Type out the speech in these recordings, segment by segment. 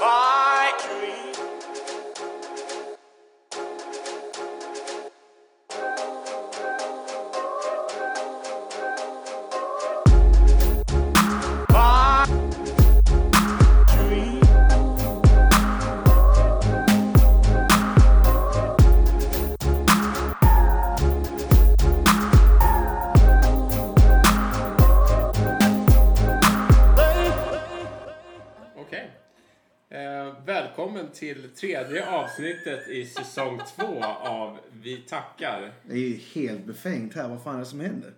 my dream. My dream. Okej. Eh, välkommen till tredje avsnittet i säsong två av Vi tackar. Det är ju helt befängt här. Vad fan är det som händer?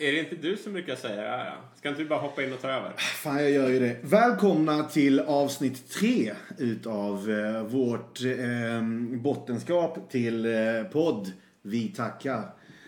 Är det inte du som brukar säga det här? då? Ska inte du bara hoppa in och ta över? Fan, jag gör ju det. Välkomna till avsnitt tre utav eh, vårt eh, bottenskap till eh, podd Vi tackar.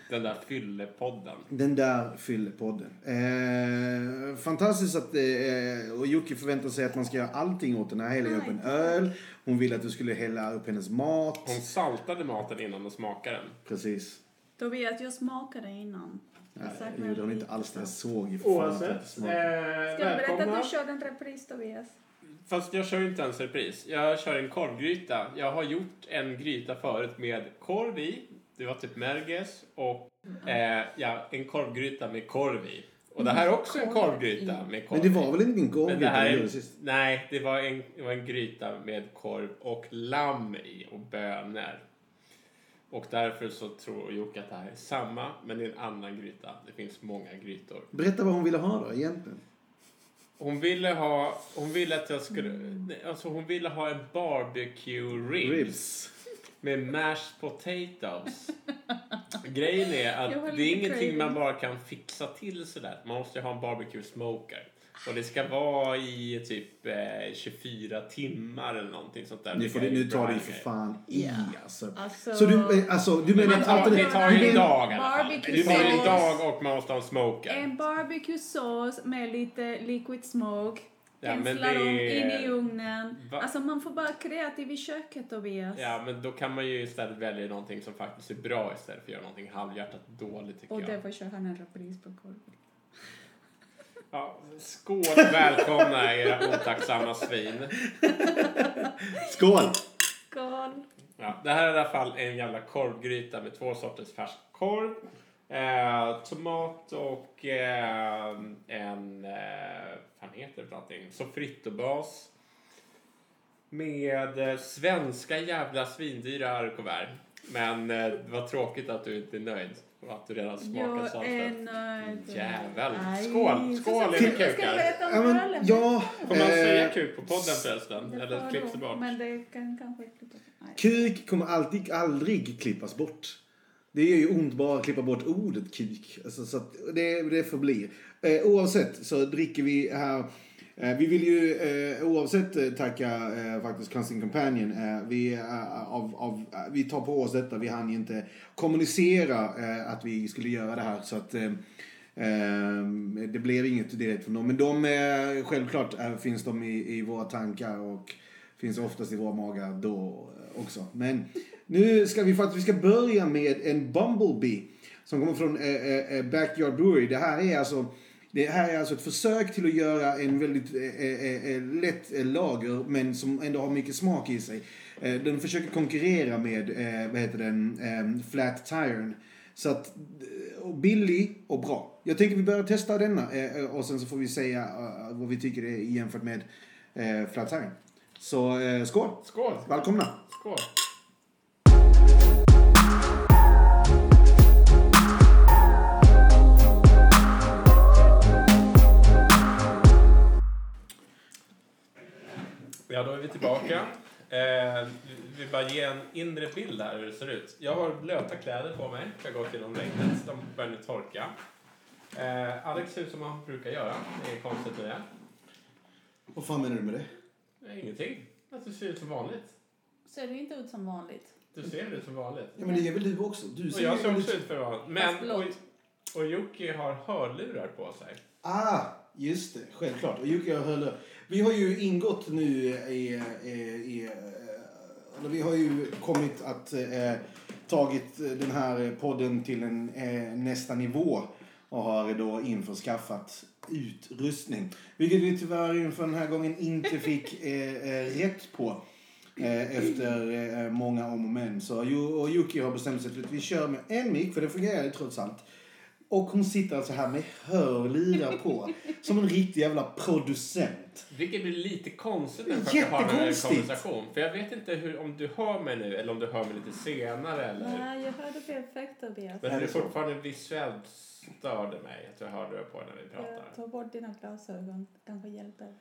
Den där fyllepodden. Den där fyllepodden. Eh, fantastiskt att eh, och Jocke förväntar sig att man ska göra allting åt den här. Hälla upp en öl. Hon ville att du skulle hälla upp hennes mat. Hon saltade maten innan hon smakade den. Precis. Då vill jag att jag smakade innan. Nej, Jag saknar det gjorde hon lite. inte alls. Det jag såg ju fan att det inte Oavsett, eh, smakade. Ska du berätta välkomna. att du körde en repris Tobias? Fast jag kör ju inte ens repris. Jag kör en korvgryta. Jag har gjort en gryta förut med korv i. Det var typ merguez och eh, ja, en korvgryta med korv i. Och det här är också en korvgryta med korv Men det i. var väl ingen Men det gård här här... är, sist? nej, det var, en, det var en gryta med korv och lamm i och bönor. Och därför så tror Jocke att det här är samma, men det är en annan gryta. Det finns många grytor. Berätta vad hon ville ha då egentligen. Hon ville ha, hon ville att jag skulle, nej, alltså hon ville ha en barbecue ribs, Ribs. med mashed potatoes. Grejen är Jag har att det lite är ingenting craving. man bara kan fixa till sådär. Man måste ju ha en barbecue smoker. Och det ska vara i typ eh, 24 timmar eller någonting sånt där. Nu, Det får är du, nu ju tar bra du ju för grejer. fan i Yeah. alltså. Alltså- Så du, eh, alltså, du menar Men det att tar, alternativ... det tar du ju en menar- dag i alla fall. Barbecue Det tar ju en sauce. dag och man måste ha en smoker. En barbecue sås med lite liquid smoke. Ja, men Penslar det om är- in i ugnen. Va? Alltså man får bara kreativ i köket Tobias. Ja, men då kan man ju istället välja någonting som faktiskt är bra istället för att göra någonting halvhjärtat dåligt tycker Och jag. därför kör han en repris på korven. Ja, skål och välkomna era otacksamma svin. Skål! Skål! Ja, det här är i alla fall en jävla korvgryta med två sorters färsk korv. Eh, tomat och eh, en, eh, vad fan heter det för någonting? Soffrittobas. Med eh, svenska jävla svindyra haricots Men eh, vad tråkigt att du inte är nöjd och att du redan smakat Jag är saltet. nöjd. Jävel! Aj. Skål! Skål Så- så- era Ska du kukar! berätta Ja, om men, ölen? ja, Får man säga eh, kuk på podden förresten? Det Eller får klipps det du, bort? Men det kan kanske klippas bort. kuk kommer alltid, aldrig klippas bort. Det gör ju ont bara att klippa bort ordet kuk. Alltså, så att det, det förblir. Eh, oavsett så dricker vi här... Eh, vi vill ju eh, oavsett eh, tacka eh, faktiskt Constant Companion. Eh, vi, eh, av, av, eh, vi tar på oss detta. Vi hann ju inte kommunicera eh, att vi skulle göra det här. Så att... Eh, Ehm, Det blev inget direkt från dem. Men de, eh, självklart eh, finns de i, i våra tankar och finns oftast i våra magar då eh, också. Men nu ska vi faktiskt, vi ska börja med en Bumblebee som kommer från eh, eh, eh, Backyard Brewery. Det här är alltså det här är alltså ett försök till att göra en väldigt eh, eh, eh, lätt eh, lager men som ändå har mycket smak i sig. Eh, den försöker konkurrera med, eh, vad heter den, eh, Flat Tire. Så att, eh, och billig och bra. Jag tänker vi börjar testa denna eh, eh, och sen så får vi säga eh, vad vi tycker det är jämfört med eh, Flat Tire. Så eh, skål! Skål! Välkomna! Skål! Ja, då är vi tillbaka. Eh, vi- vi bara ge en inre bild här hur det ser ut. Jag har blöta kläder på mig. Jag går till någon regnet. De börjar nu torka. Eh, Alex ser ut som han brukar göra. Det är konstigt med det. Vad fan menar du med det? det är ingenting. Att du ser ut som vanligt. Ser det inte ut som vanligt? Du ser ut som vanligt. Ja, men det är väl du också? Du Och jag ser också ut för att vara- Fast Men, och, blått. och Jocke har hörlurar på sig. Ah, just det. Självklart. Och Jocke, jag höll Vi har ju ingått nu i... i, i eh, eller vi har ju kommit att eh, tagit den här podden till en eh, nästa nivå. och har då införskaffat utrustning. Vilket vi tyvärr inför den här gången inte fick eh, eh, rätt på. Eh, efter eh, många om och men. Så Ju- och Yuki har bestämt sig för att vi kör med en mick, för det fungerar ju trots allt. Och hon sitter alltså här med hörlurar på. som en riktig jävla producent. Vilket blir lite konstigt när Jättekonstigt. jag har en konversation. För jag vet inte hur, om du hör mig nu eller om du hör mig lite senare. Eller. Nej, jag hörde perfekt Tobias. Men Är det det är så? fortfarande visuellt störde mig att jag Mm. hörde det på när vi pratar. Eh, Ta bort dina glasögon, det kanske hjälper.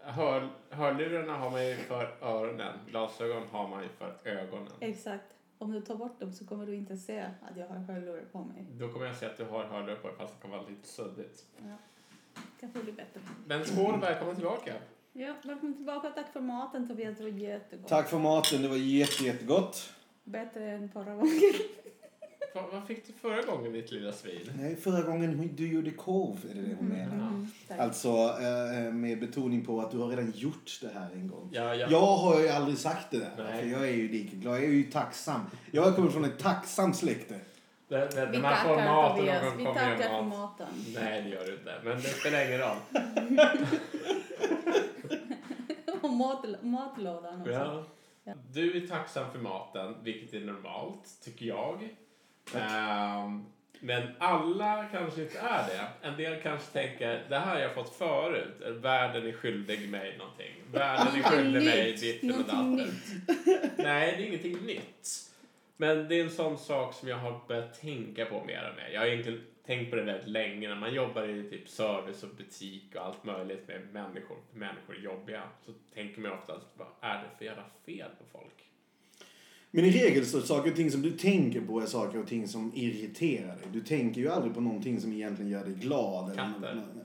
Hör, hörlurarna har man ju för öronen. Glasögon har man ju för ögonen. Exakt. Om du tar bort dem så kommer du inte se att jag har hörlurar på mig. Då kommer jag se att du har hörlurar på dig fast det kommer vara lite suddigt. Ja. Kanske blir bättre. Men skål välkommen tillbaka. Ja, välkommen tillbaka. Tack för maten Tobias, det var jättegott. Tack för maten, det var jätte, jättegott. Bättre än förra gången. Vad, vad fick du förra gången ditt lilla svin? Nej, förra gången du gjorde korv, är det det hon menar? Mm, Tack. Alltså eh, med betoning på att du har redan gjort det här en gång. Ja, ja. Jag har ju aldrig sagt det där. Nej. För jag är ju likeglad. Jag är ju tacksam. Jag har kommit från ett tacksamt släkte. Den, den, Vi den här tackar formaten Tobias, någon vi gång kommer tackar för jag mat. maten. Nej, det gör du inte. Men det spelar ingen roll. Och mat, matlådan också. Ja. Ja. Du är tacksam för maten, vilket är normalt, tycker jag. Ehm, men alla kanske inte är det. En del kanske tänker, det här har jag fått förut. Eller, Världen är skyldig mig någonting. Världen är skyldig mig ditt eller datten. Någonting nytt. Nej, det är ingenting nytt. Men det är en sån sak som jag har börjat tänka på mer och mer. Jag har egentligen tänkt på det väldigt länge. När man jobbar i typ service och butik och allt möjligt med människor, människor är jobbiga, så tänker man ofta att vad är det för jävla fel på folk? Men i regel så saker och ting som du tänker på är saker och ting som irriterar dig. Du tänker ju aldrig på någonting som egentligen gör dig glad. eller Katter. något.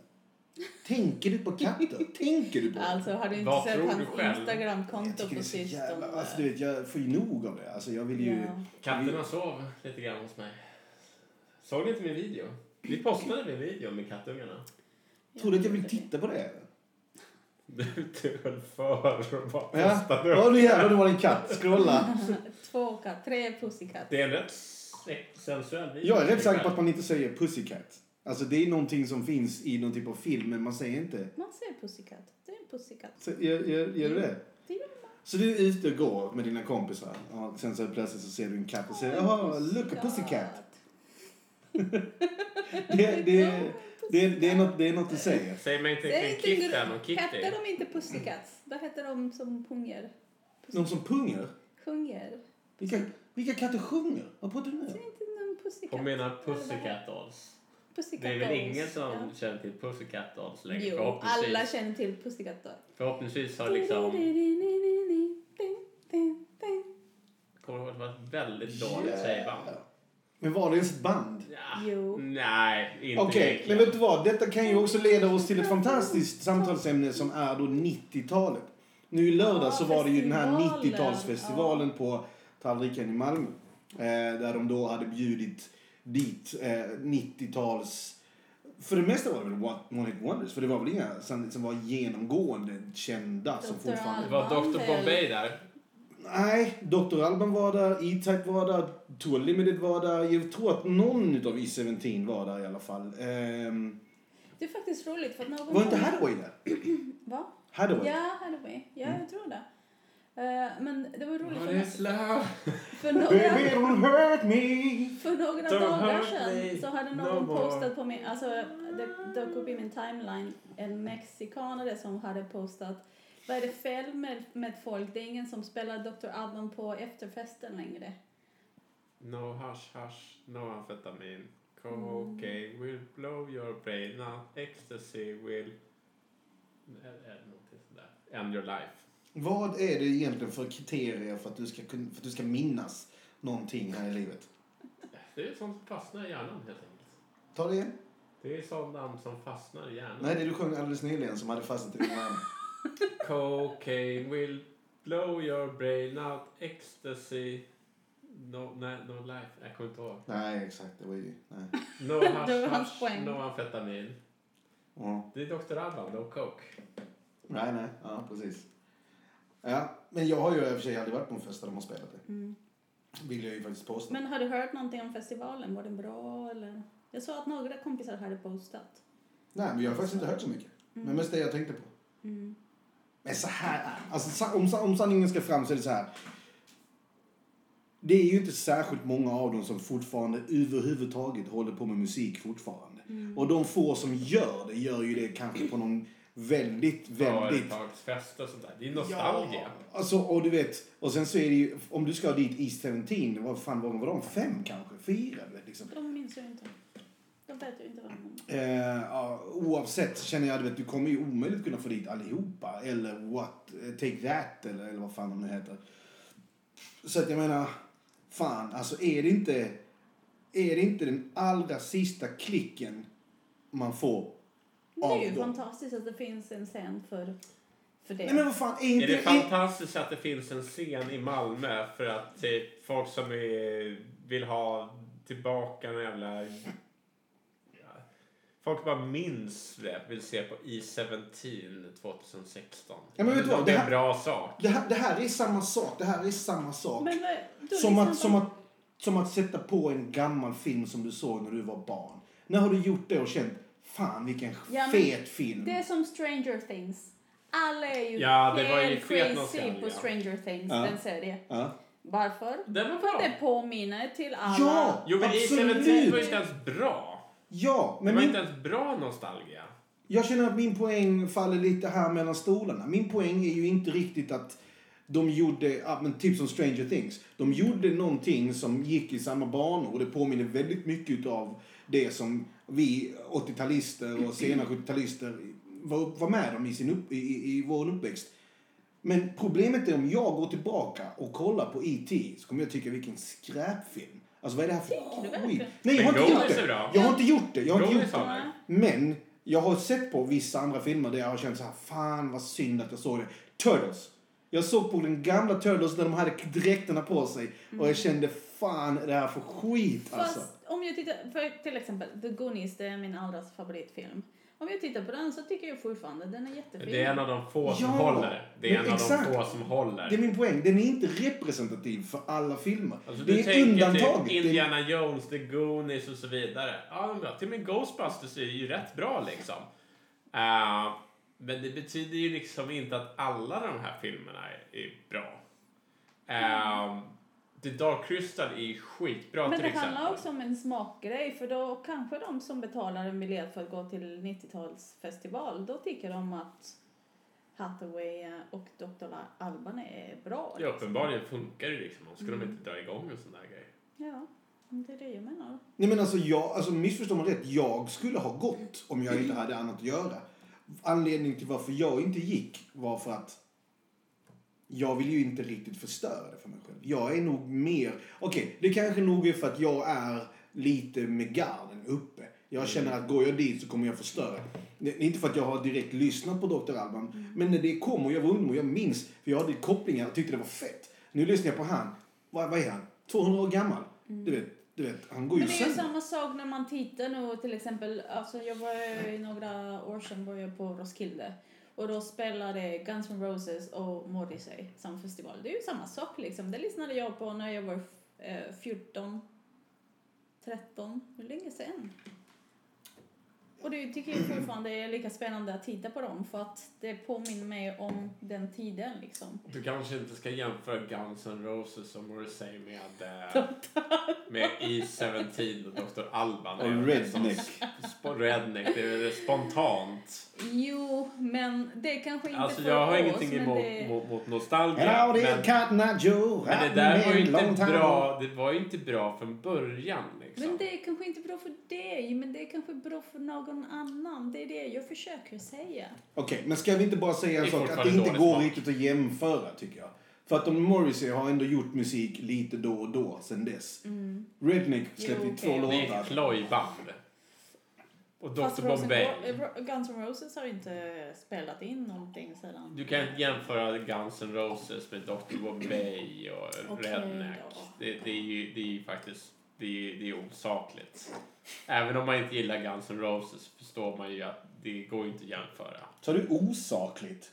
Tänker du på katter? tänker du på det? Alltså har du inte Vad tror sett du hans själv? jag Instagramkonto tycker det på är så sistone? jävla... Alltså, du vet, jag får ju nog av det. Alltså, jag vill ju... Ja. Katterna sov lite grann hos mig. Såg ni inte min video? Vi postade min video med kattungarna. Tror du att jag vill typ- titta på det? Du du höll för och bara Ja, postade upp. Ja, nu jävlar, det var en katt. Scrolla. Två katt, tre pussycat. Det är en rätt se- sensuell video. Jag är rätt säker på att man inte säger pussycat. Alltså det är någonting som finns i någon typ av film, men man säger inte. Man säger pussycat. Det är en pussycat. Så, gör, gör, gör du det? Det gör man. Så du är ute och går med dina kompisar och sen så plötsligt så ser du en katt och säger jaha, look a pussycat. Det, det, det, det, är något, det är något du säger. Säg mig inte Säg kring inte Kitten och Hette Kitty. de inte pussycats? Då hette de som punger. Någon som punger? Sjunger. Vilka, vilka katter sjunger? Vad pratar du nu? Det är inte någon pussycat. Hon menar Pussycat Dolls. Pussycat Det är väl dolls. ingen som Ja. känner till Pussycat Dolls längre? Jo, förhoppningsvis, alla känner till pussycat dolls. förhoppningsvis har liksom... Kommer du ihåg att det var ett väldigt dåligt tjejband? Men var det ens ett band? Ja. Jo. Nej, inte Okej, men egentligen. vet du vad? Detta kan ju också leda oss till ett fantastiskt samtalsämne som är då 90-talet. Nu i lördag så Ja, var det ju den här festivalen. 90-talsfestivalen på Tallriken i Malmö. Eh, där de då hade bjudit dit eh, 90-tals... För det mesta var det väl One One Hit Wonders? För det var väl inga som som var genomgående kända som Dr. fortfarande... Det var Dr Bombay där. Nej, Dr. Alban var där, E-Type var där, Tour Limited var där. Jag tror att någon utav E17 var där i alla fall. Ehm, Det är faktiskt roligt för att någon var inte Hathaway där? Va? Hathaway? Ja, Hathaway. Ja, jag tror det. Eh, men det var roligt Var för, det slö? för några... Baby don't hurt me! För några Don't dagar hurt me sedan så hade no någon more. postat på min, alltså det dök upp i min timeline en mexikanare som hade postat vad är det fel med, med folk? Det är ingen som spelar Dr. Alban på efterfesten längre. No hush hush, no amfetamin. Mm. Cocaine will blow your brain out. Ecstasy will... Eller någonting sådär. End your life. Vad är det egentligen för kriterier för att du ska, kun- för att du ska minnas någonting här i livet? Det är sånt som fastnar i hjärnan helt enkelt. Ta det igen. Det är sånt namn som fastnar i hjärnan. Nej, det du sjöng alldeles nyligen som hade fastnat i din namn. Cocaine will blow your brain out. Ecstasy. No, nej, no life. Jag kommer inte ihåg. Nej, exakt. Det var ju... Nej. No Det var hash, hans hash poäng. no amfetamin. Ja. Det är Dr. Alban, no coke. Nej, nej. Ja, precis. Ja, men jag har ju i och för sig aldrig varit på en fest där de har spelat det. Vill jag ju faktiskt påstå. Men har du hört någonting om festivalen? Var den bra eller? Jag såg att några kompisar hade postat. Nej, men jag har faktiskt inte hört så mycket. Men mest det jag tänkte på. Men så här, alltså, sa- om, sa- om sanningen ska fram så är det så här. Det är ju inte särskilt många av dem som fortfarande överhuvudtaget håller på med musik fortfarande. Och de få som gör det gör ju det kanske på någon väldigt, väldigt... Företagsfest och sånt där. Det är nostalgia. Alltså, och du vet, och sen så är det ju, om du ska dit East 17, vad fan var de? Var de fem kanske? Fyra? du vet, Liksom. De minns jag inte. De vet ju inte vad de Eh, ja, oavsett känner jag att du kommer ju omöjligt kunna få dit allihopa. Eller what, eh, take that eller, eller vad fan de nu heter. Så att jag menar, fan alltså är det inte, är det inte den allra sista klicken man får Men av det är ju dem? fantastiskt att det finns en scen för, för det. Nej men vad fan, är inte... Är det fantastiskt att det finns en scen i Malmö för att typ, folk som är, vill ha tillbaka den jävla... Ja. Folk bara minns det, vill se på E E17 2016. Ja, men vet du vad? Det Det är här- en bra sak. det, här, det här är samma sak, det här är samma sak. Men vad- då Som lyssnar att, som, man- att, som att sätta på en gammal film som du såg när du var barn. När har du gjort det och känt, fan vilken Ja, men fet film. Det är som Stranger Things. Alla är ju Ja, det var ju helt fet crazy nostalgi, på ja. Stranger Things, Ja. den serien. Ja. Varför? Den var För att bra. det påminner till alla. Ja! Jo, men E17 Absolut. var ju inte ens bra. Ja, Det men var min, inte ens bra nostalgia. jag känner att min poäng faller lite här mellan stolarna. Min poäng är ju inte riktigt att de gjorde, ja, men typ som Stranger Things, de gjorde någonting som gick i samma banor och det påminner väldigt mycket av det som vi 80-talister och sena 70-talister var, var med om i, sin upp, i, i, i vår uppväxt. Men problemet är om jag går tillbaka och kollar på E.T. så kommer jag tycka vilken skräpfilm. Alltså vad är det här du för skit? verkligen? Nej, jag har Men inte gjort Goonies är det. bra. Jag har inte gjort det. Jag har inte Goonies gjort var det. bra. Men jag har sett på vissa andra filmer där jag har känt så här, fan vad synd att jag såg det. Turtles. Jag såg på den gamla Turtles när de hade dräkterna på sig och jag kände fan är det här för skit Fast alltså. om jag tittar, för till exempel The Goonies, det är min allra favoritfilm. Om jag tittar på den så tycker jag fortfarande den är jättefin. Det är en av de få som Ja, håller. Det är men en av exakt. de få som håller. Det är min poäng, den är inte representativ för alla filmer. Alltså, du det är tänker undantaget. Typ Det är- Indiana Jones, The Goonies och så vidare. Ja, men bra. Till och med Ghostbusters är ju rätt bra liksom. Eh, men det betyder ju liksom inte att alla de här filmerna är, är bra. Eh, The Dark Crystal är ju skitbra Men till det exempel. handlar också om en smakgrej för då kanske de som betalar en biljett för att gå till 90-talsfestival då tycker de att Hathaway och Dr. Alban är bra. Ja, uppenbarligen funkar det liksom. Då skulle Mm. de inte dra igång en sån där grej. Ja, det är det jag menar. Nej men alltså, jag, alltså missförstå mig rätt. Jag skulle ha gått om jag inte hade annat att göra. Anledningen till varför jag inte gick var för att jag vill ju inte riktigt förstöra det för mig själv. Jag är nog mer... Okej, det kanske nog är för att jag är lite med garden uppe. Jag känner att går jag dit så kommer jag förstöra. Det är inte för att jag har direkt lyssnat på Dr. Alban. Men när det kom och jag var ung och jag minns, för jag hade kopplingar och tyckte det var fett. Nu lyssnar jag på han. Vad, vad är han? 200 år gammal? Du, vet, du vet, han går ju Men det är ju sönder. samma sak när man tittar nu till exempel, alltså jag var ju i några år sedan var jag på Roskilde och då spelade Guns N' Roses och Morrissey som festival. Det är ju samma sak liksom. Det lyssnade jag på när jag var eh, 14, 13, hur länge sedan? Och det tycker jag fortfarande är lika spännande att titta på dem för att det påminner mig om den tiden liksom. Du kanske inte ska jämföra Guns N' Roses som Morrissey med, eh, med E17 och Dr. Alban. Och Redneck. Sp- redneck, det är spontant. Jo, men det kanske inte Alltså får jag har oss, ingenting men emot, det- mot, mot nostalgia. Howdy, men, Cotton Eye Joe. men det där var ju inte bra, det var ju inte bra från början liksom. Men det är kanske inte bra för dig, men det är kanske bra för någon annan. Det är det jag försöker säga. Okej, men ska vi inte bara säga Det en är sak? Att det fortfarande inte dålig går smak. riktigt att jämföra, tycker jag. För att de Morrissey har ändå gjort musik lite då och då sen dess. Redneck släppte Jo, ju okej, två Det är låtar. ett plojband. Och Fast Dr. Rosen- Bombay. Ro- Guns N' Roses har ju inte spelat in någonting sedan. Du kan inte jämföra Guns N' Roses med Dr. Bombay och Okej Redneck. då. Det, det, är ju, det är ju faktiskt det är, ju- det är osakligt. Även om man inte gillar Guns N' Roses förstår man ju att det går ju inte att jämföra. Sa du osakligt?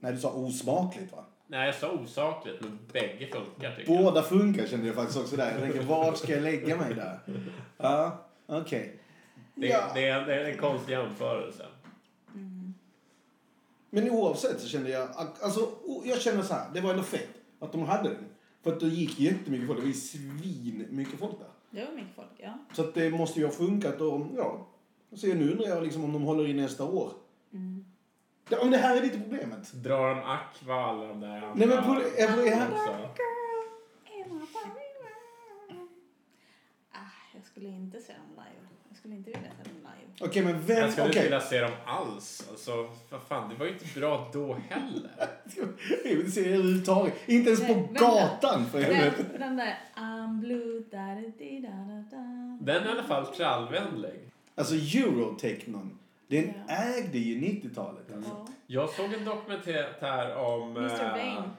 Nej, du sa osmakligt, va? Nej, jag sa osakligt, men bägge funkar tycker jag. Båda funkar, kände jag faktiskt också där. Jag tänker, vart ska jag lägga mig där? Ja. Okej. Det, Ja. det, är, det är en konstig jämförelse. Men oavsett så kände jag, att- alltså o- jag känner så här, det var ändå fett att de hade den. För att det gick jättemycket folk, det var ju svin mycket folk där. Det var mycket folk, ja. Så att det måste ju ha funkat och ja. Så jag nu undrar jag liksom om de håller i nästa år. Mm. Ja, men det här är lite problemet. Drar de Aqua alla de där andra? Nej men på, jag, jag, jag, också. Ah, jag skulle inte se dem live. Jag skulle inte vilja se dem live. Okej, men vem... Jag skulle okej. inte vilja se dem alls. Alltså, vad fan, det var ju inte bra då heller. Jag vill se er överhuvudtaget. Inte ens Nej, på vänta. gatan för helvete. Den, den där I'm blue da da di, da da da Den är i alla fall trallvänlig. Alltså Eurotechnon, den Ja. ägde ju 90-talet. Alltså. Ja. Jag såg en dokumentär om Mr. eh, Vain.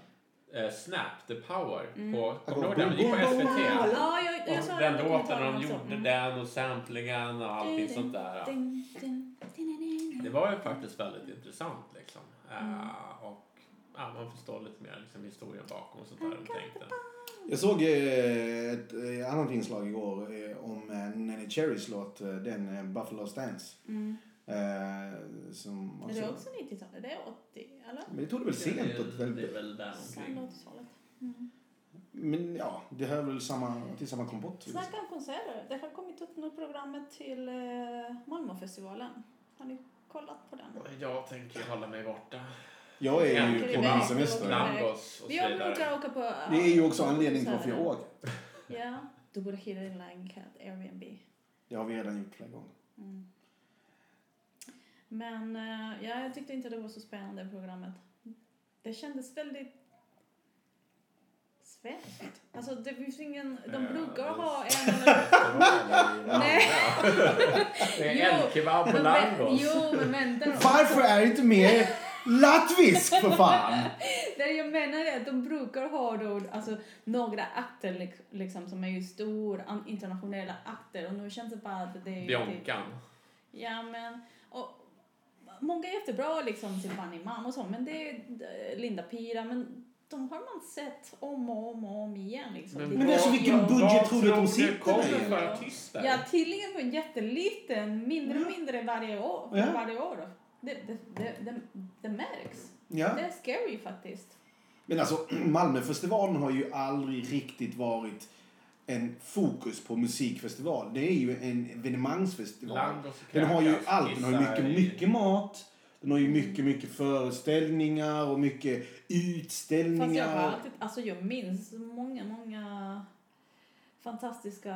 eh, Snap, The Power. På, kommer du ihåg den? Go, Den gick go, på go, SVT. go. Mm. Ja, jag, jag såg Och den låten, dokumentären de också. gjorde Mm. den och samplingen och allting sånt där. Ding, ding, ding, ding, ding. Det var ju faktiskt väldigt intressant liksom. Mm. Eh, och ja, man förstår lite mer liksom, historien bakom och sånt där. De tänkte. Jag såg eh, ett eh, annat inslag igår eh, om eh, Nanny Cherrys låt, eh, den eh, Buffalo's Dance. Mm. Eh, som Men det är också 90-talet. Det är 80, eller? Men det tog det väl sent att Det är- det är väl, väl där Sen omkring. 80-talet. Men ja, det hör väl samma, till samma kompott. vill jag säga. Snacka om konserter. Det har kommit upp något programmet till eh, Malmöfestivalen. Har ni kollat på den? Jag tänker hålla mig borta. Jag är Jag ju åker på iväg. min semester. Langos och så Vi har vidare. brukar åka på... Det är ju också anledningen till varför jag konserter. åker. Ja. Du borde hyra din lägenhet, Airbnb. Det har vi redan gjort flera gånger. Mm. Men eh, ja, jag tyckte inte det var så spännande programmet. Det kändes väldigt svenskt. Alltså det finns ingen, de Ja, brukar det- ha en eller Nej. Det Jo, är elkebab på men, vä- Langos. Jo, men vänta då. Varför är det inte mer latvisk för fan? Det jag menar är att de brukar ha då, alltså, några akter lik- liksom, som är ju stora an- internationella akter och nu känns det bara att det är... ju typ- Bjonkan. Ja, men... Och, många är jättebra, liksom, till Bunny Man och så, men det är eh, Linda Pira, men de har man sett om och om och om igen. Liksom. Men Det är Men alltså ju- vilken budget Vad tror du att de det sitter kommer med? för artister? Ja, tydligen var jätteliten, mindre och mindre varje år. Ja. Varje år. Det, det, det, det, det märks. Ja. Det är scary faktiskt. Men alltså, Malmöfestivalen har ju aldrig riktigt varit en fokus på musikfestival. Det är ju en evenemangsfestival. Langos och Den har ju Kräkas, allt. Den har ju gissar mycket, i- mycket mat. Den har ju mycket, mycket föreställningar och mycket Fast jag har utställningar. alltid, alltså jag minns många, många fantastiska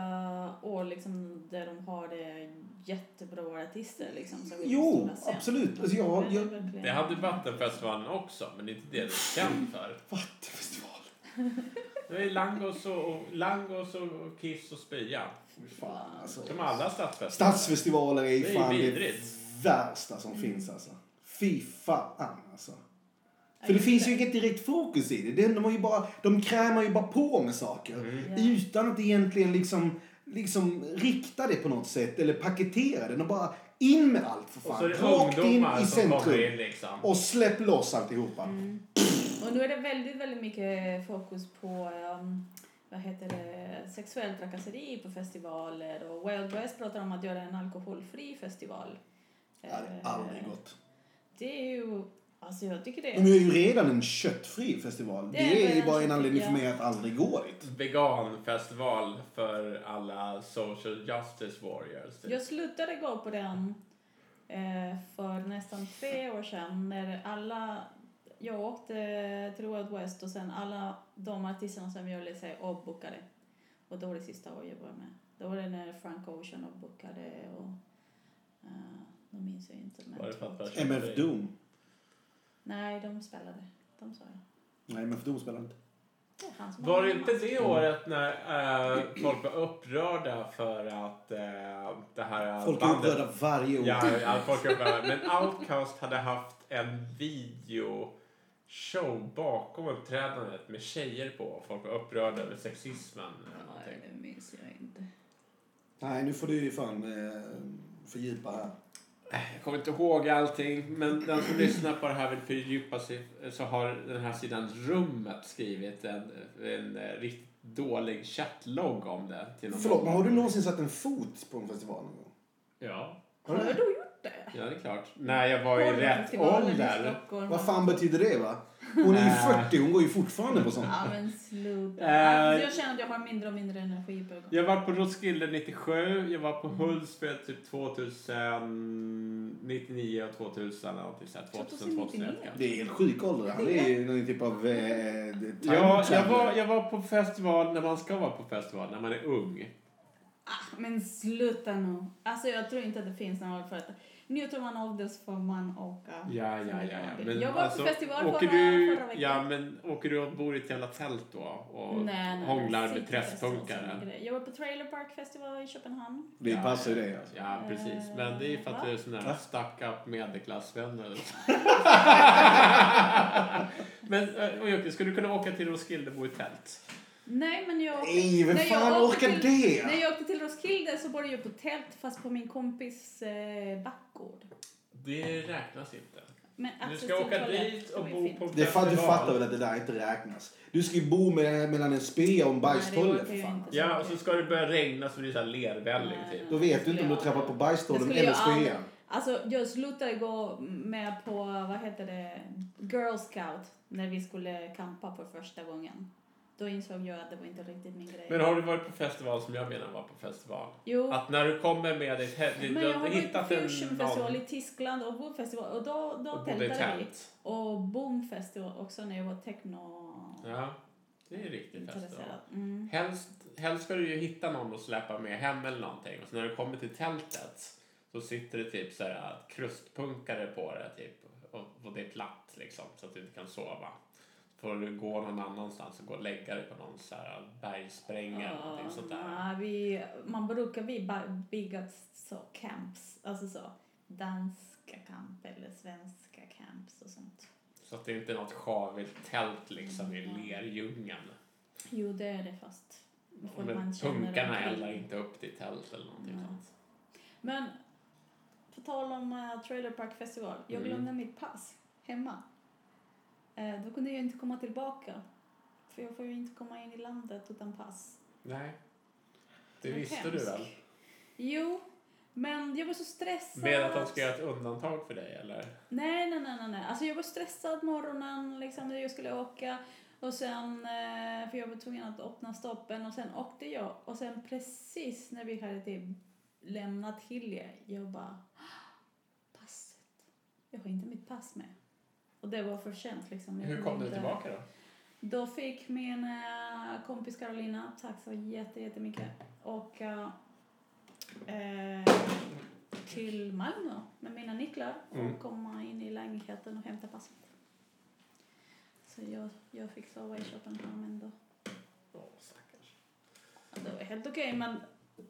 år liksom där de har det jättebra artister liksom. Som går på Jo, stora scen. absolut. Alltså, jag- Det är jag- verkligen- Det hade Vattenfestivalen också, men det är inte det den är känd för. Vattenfestival. Det är Langos och, och, Langos och, och Kiss och Spya. Fan, alltså. Som alla stadsfestivaler. Stadsfestivaler är ju Det är fan det vidrigt. värsta Mm. som finns alltså. Fy fan alltså. För det just finns det. ju inget direkt fokus i det. De, de, har ju bara, de krämar ju bara på med saker. Mm. Ja. Utan att egentligen liksom, liksom rikta det på något sätt eller paketera det. De bara in med allt för Och så fan. är det Rakt in ungdomar i som kommer centrum. in liksom. Och släpp loss alltihopa. Mm. Och nu är det väldigt, väldigt mycket fokus på ehm, vad heter det, sexuell trakasseri på festivaler och Wild West pratar om att göra en alkoholfri festival. Det hade Eh, aldrig gått. Det är ju, alltså jag tycker det De är ju redan en köttfri festival. Det Det är är ju redan bara en köttfri, anledning för ja. mig att aldrig gå dit. Veganfestival för alla social justice warriors. typ. Jag slutade gå på den eh, för nästan tre år sedan när alla jag åkte till Wild West och sen alla de artisterna som jag ville se avbokade. Och då var det sista året jag var med. Då var det när Frank Ocean avbokade och... Uh, nu minns jag inte. Men Var det för att vara MF köttfri? Doom. Nej, de spelade. De sa jag. Nej, MF Doom spelar inte. Det är han som Var har det mamma. inte det året när eh, folk var upprörda för att eh, det här eh, Folk är bandet... upprörda varje år. Ja, ja, folk är upprörda. Men Outcast hade haft en videoshow bakom uppträdandet med tjejer på. och Folk var upprörda över sexismen. eller Nej, någonting. det minns jag inte. Nej, nu får du ju fan eh, fördjupa här. Jag kommer inte ihåg allting, men den som lyssnar på det här vill fördjupa sig så har den här sidan Rummet skrivit en, en eh, riktigt dålig chattlogg om det. Till någon Förlåt, men annan. har du någonsin satt en fot på en festival någon gång? Ja, Har du Har det? du gjort det? ja det är klart. När jag var i rätt Porrfestivalen i ålder. Stockholm. Vad fan betyder det va? Hon är ju Äh. 40, hon går ju fortfarande på sånt. Ja men sluta. Äh. Alltså, jag känner att jag har mindre och mindre energi på gång. Jag var på Roskilde 97, jag var på Hultsfred typ 2000, 99 och 2000 eller någonting sånt. 2000, 2001 kanske. Det är helt sjuk ålder. Han är ju någon typ av... Eh, time Ja, jag traveler. var, jag var på festival när man ska vara på festival, när man är ung. Ah, men sluta nu. Alltså jag tror inte att det finns någon för att njuter man av det så får man åka. Ja, ja, ja. ja. Men, jag var alltså, på festival åker förra, du, förra veckan. Ja, men åker du och bor i ett jävla tält då och Nej, nej, hånglar City med Festival och sådana träffpunkare? grejer. Jag var på Trailer Park Festival i Köpenhamn. Det passar ju dig alltså. Ja, precis. Men det är ju för att du är sån där Va? stuck up medelklassvänner. men eh, och Jocke, skulle du kunna åka till Roskilde och bo i tält? Nej, men jag åkte... Nej, vem när jag fan åkte orkar till, det? När jag åkte till Roskilde så bodde jag på tält fast på min kompis eh, backgård. Det räknas inte. Men alltså, Du access ska till åka toalett dit och var ju bo fint. på Det fan, du festival. fattar väl att det där inte räknas? Du ska ju bo med, mellan en spea och en Nej, det bajstolle orkar för jag fan. inte. Ja, och så ska det börja regna så blir det så här lervälling Nej, typ. Då vet du inte om du trampar på bajstollen skulle jag eller spean. aldrig- Alltså, jag slutade gå med på, vad heter det, Girl Scout när vi skulle campa för första gången. Då insåg jag att det var inte riktigt min grej. Men har du varit på festival som jag menar var på festival? jo, Att när du kommer med ditt hem, du, men du har jag har varit på hittat en Fusion Festival någon i Tyskland och Boom Festival och då, då och bodde i tältade vi. tält. Och Boom Festival också när jag var techno Ja, det är riktigt festival. intresserad. Mm. Helst, helst ska du ju hitta någon att släppa med hem eller någonting. Och så när du kommer till tältet så sitter det typ så här krustpunkare på det typ. Och, och det är platt liksom så att du inte kan sova. Får du gå någon annanstans och gå och lägga dig på någon så här bergspränga eller Ah, någonting sånt där. Ja, vi, man brukar vi ba- bygga så camps, alltså så danska camp eller svenska camps och sånt. Så att det inte är något sjavigt tält liksom i lerdjungeln. Jo, det är det fast. får Men känna punkarna runt eldar omkring. inte upp ditt tält eller någonting Nej. sånt. Men på tal om eh, Trailer Park Festival, jag Mm. glömde mitt pass hemma. Eh, då kunde jag inte komma tillbaka. För jag får ju inte komma in i landet utan pass. Nej. Det Vad visste du hemskt. väl? Jo, men jag var så stressad. Med att de ska göra ett undantag för dig eller? Nej, nej, nej, nej, nej. Alltså jag var stressad morgonen liksom när jag skulle åka. Och sen, eh, för jag var tvungen att öppna stoppen och sen åkte jag. Och sen precis när vi hade typ lämnat Hilje, jag bara "Ah, passet. Jag har inte mitt pass med. Och det var för sent liksom. Jag Hur kom kunde du inte- tillbaka då? Då fick min eh, kompis Carolina, tack så jätte- jättemycket, åka eh, till Malmö med mina nycklar och Mm. komma in i lägenheten och hämta passet. Så jag, jag fick sova i Köpenhamn ändå. Det var helt okej, men